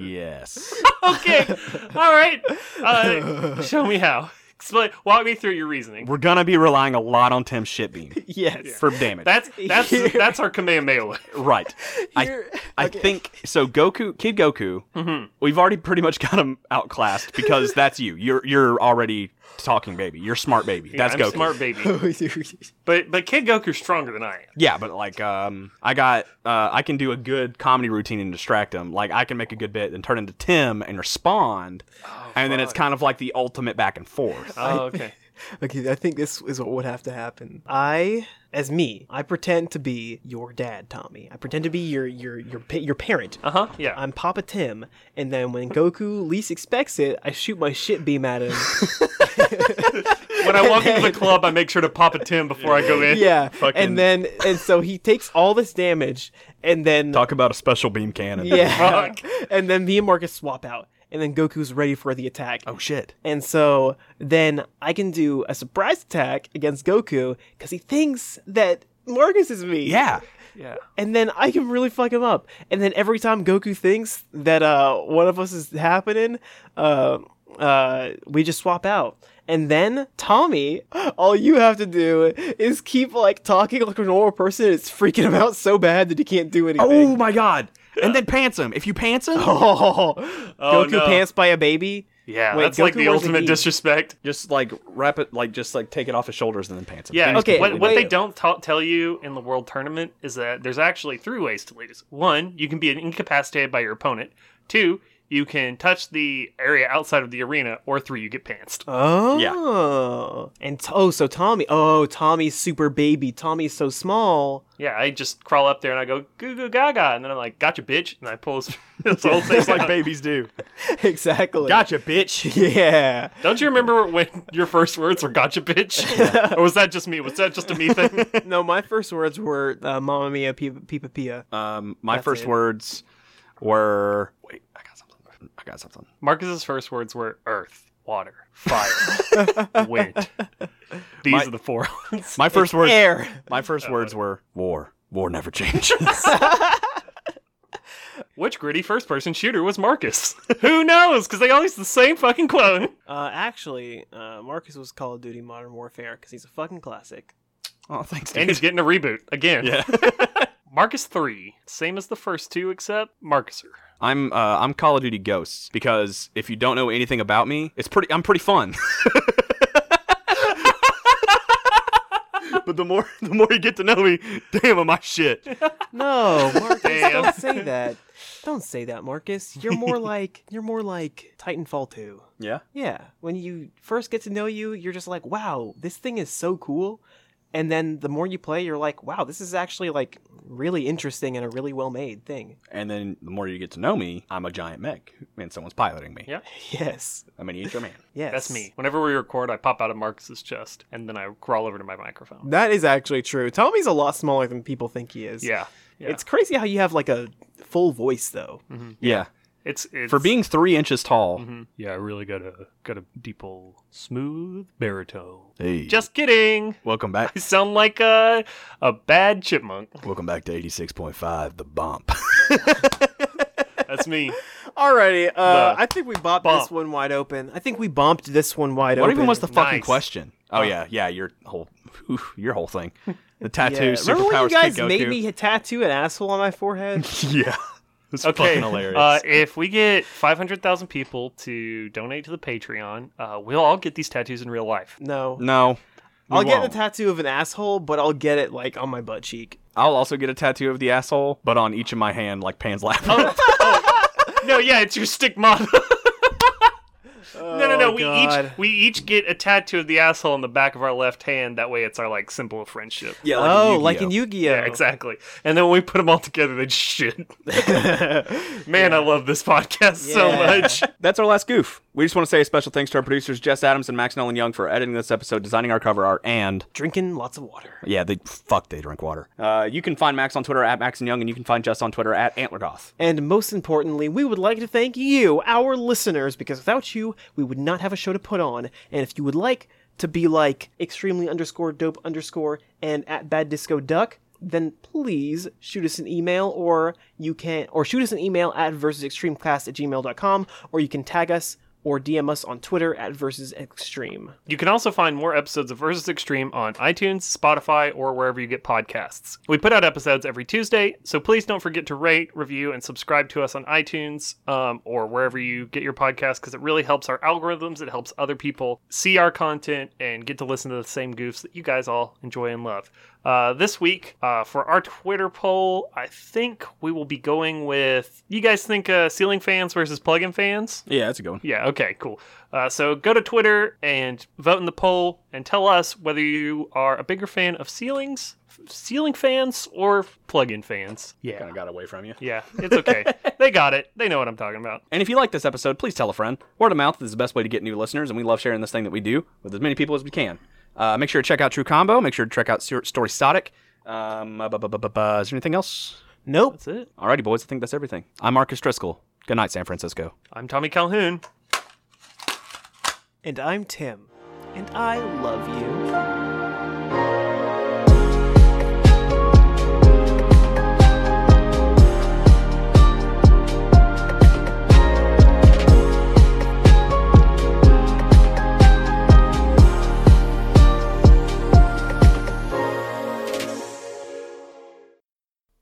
Yes.
okay. All right. Uh, show me how. Explain, walk me through your reasoning.
We're gonna be relying a lot on Tim's shit beam
Yes.
for damage.
That's that's
Here.
that's our Kamehameha.
right. I,
Here-
I
okay.
think so. Goku, Kid Goku. We've already pretty much got him outclassed because that's you. You're you're already talking baby. You're smart baby. That's
I'm
Goku.
smart baby.
Oh,
But but Kid Goku's stronger than I am.
Yeah, but like, um, I got, uh, I can do a good comedy routine and distract him. Like, I can make a good bit and turn into Tim and respond,
Oh,
and then it's kind of like the ultimate back and forth.
Oh, okay.
okay, I think this is what would have to happen. I, as me, I pretend to be your dad, Tommy. I pretend to be your your your pa- your parent.
Uh-huh.
Uh huh. Yeah.
I'm Papa Tim, and then when Goku least expects it, I shoot my shit beam at him.
When I walk into the club, I make sure to pop a Tim before I go in.
yeah,
Fucking-
and then and so he takes all this damage, and then
Talk about a special beam cannon.
yeah,
Fuck.
and then me and Marcus swap out, and then Goku's ready for the attack.
Oh shit.
And so then I can do a surprise attack against Goku because he thinks that Marcus is me.
Yeah.
Yeah.
And then I can really fuck him up. And then every time Goku thinks that uh, one of us is happening, uh, uh, we just swap out. And then Tommy, all you have to do is keep like talking like a normal person. and It's freaking him out so bad that he can't do
Oh
anything.
my god. And then pants him. If you pants him,
Oh, Goku
no.
pants by a baby.
Yeah.
Wait,
that's like
Goku
the
wears a
ultimate
gi.
disrespect.
just like wrap it, like just like take it off his shoulders and then pants him.
Yeah.
Things
Okay,
What,
completely
what they
wait.
don't ta- tell you in the world tournament is that there's actually three ways to lose. One, you can be incapacitated by your opponent. Two, you can touch the area outside of the arena. Or three, you get pantsed.
Oh. Yeah. And t- oh, so Tommy. Oh, Tommy's super baby. Tommy's so small.
Yeah, I just crawl up there and I go goo goo gaga, and then I'm like, "Gotcha, bitch!" And I pull his, his
different.
whole face
It's like
like,
babies do.
exactly.
Gotcha, bitch.
Yeah.
"Don't you remember when your first words were gotcha, bitch?" or was that just me? Was that just a me thing?
No, my first words were uh, "Mamma mia, pipa pipa pia."
Um, my
That's
first
it.
words were wait. I got something. I got something.
Marcus's first words were earth, water, fire, wind. These
My-
are the four ones.
My first words.
Air.
My first words were war. War never changes.
Which gritty first person shooter was Marcus? Who knows? Because they all use the same fucking clone.
Uh, actually, uh, Marcus was Call of Duty Modern Warfare because he's a fucking classic.
oh, thanks.
And he's getting a reboot again.
yeah.
Marcus 3, same as the first two, except Marcuser.
I'm uh, I'm Call of Duty Ghosts because if you don't know anything about me, it's pretty. I'm pretty fun. but the more the more you get to know me, damn, am I shit.
No, Marcus,
Damn.
don't say that. Don't say that, Marcus. You're more like you're more like Titanfall Two.
Yeah.
Yeah. When you first get to know you, you're just like, wow, this thing is so cool. And then the more you play, you're like, wow, this is actually like really interesting and a really well made thing.
And then the more you get to know me, I'm a giant mech, and someone's piloting me.
Yeah.
Yes.
I'm an eat your man.
Yes.
That's me. Whenever we record, I pop out of Marcus's chest and then I crawl over to my microphone.
That is actually true. Tommy's a lot smaller than people think he is.
Yeah. yeah. Mm-hmm.
It's crazy how you have like a full voice though.
Yeah.
it's, it's Mm-hmm.
For being three inches tall.
Yeah, I really got a got a deep old smooth baritone.
Hey.
Just kidding.
welcome back.
I sound like a a bad chipmunk.
Welcome back to 86.5, the bump.
That's me.
Alrighty. Uh,
The
I think we bopped
bump.
this one wide open. I think we bumped this one wide
What
open.
even was the fucking
Nice.
question? Oh yeah, yeah, your whole, oof, your whole thing, the tattoo,
yeah.
superpowers,
Remember when you guys
Kid Goku.
made me tattoo an asshole on my forehead?
yeah, it's
Okay.
fucking hilarious.
Uh, if we get five hundred thousand people to donate to the Patreon, uh, we'll all get these tattoos in real life.
No.
no, we
I'll get
won't.
the tattoo of an asshole, but I'll get it like on my butt cheek.
I'll also get a tattoo of the asshole, but on each of my hand, like Pan's lap.
Oh, no, yeah, it's your stigmata. no, no, no.
Oh,
We
God.
each we each get a tattoo of the asshole on the back of our left hand. That way, it's our like symbol of friendship.
Yeah,
oh, like in Yu-Gi-Oh.
Yeah, exactly. And then when we put them all together, they just shit. Man, I love this podcast so
Yeah.
much.
That's our last goof. We just want to say a special thanks to our producers Jess Adams and Max Nolan Young for editing this episode, designing our cover art, and
Drinking lots of water.
yeah, they fuck they drink water. Uh, you can find Max on Twitter at Max and Young, and you can find Jess on Twitter at Antlergoth.
And most importantly, we would like to thank you, our listeners, because without you, we would not have a show to put on. And if you would like to be like extremely underscore dope underscore and at bad disco duck, then please shoot us an email or you can or shoot us an email at versusextremeclass at gmail.com or you can tag us or DM us on Twitter at versus extreme.
You can also find more episodes of Versus Extreme on iTunes, Spotify, or wherever you get podcasts. We put out episodes every Tuesday, so please don't forget to rate, review, and subscribe to us on iTunes um, or wherever you get your podcast because it really helps our algorithms. It helps other people see our content and get to listen to the same goofs that you guys all enjoy and love. Uh, this week, uh, for our Twitter poll, I think we will be going with you guys think uh, ceiling fans versus plug-in fans?
Yeah, that's a good one.
Yeah, okay, cool. Uh, so go to Twitter and vote in the poll and tell us whether you are a bigger fan of ceilings, f- ceiling fans, or plug in fans.
Kind
Yeah.
of got away from you.
Yeah, it's okay. they got it. They know what I'm talking about.
And if you like this episode, please tell a friend. Word of mouth is the best way to get new listeners, and we love sharing this thing that we do with as many people as we can. Uh, make sure to check out True Combo. Make sure to check out Stor- Story Static. Um, uh, bu- bu- bu- bu- bu- is there anything else?
Nope.
That's it.
Alrighty, boys. I think that's everything. I'm Marcus Driscoll. Good night, San Francisco.
I'm Tommy Calhoun.
And I'm Tim. And I love you.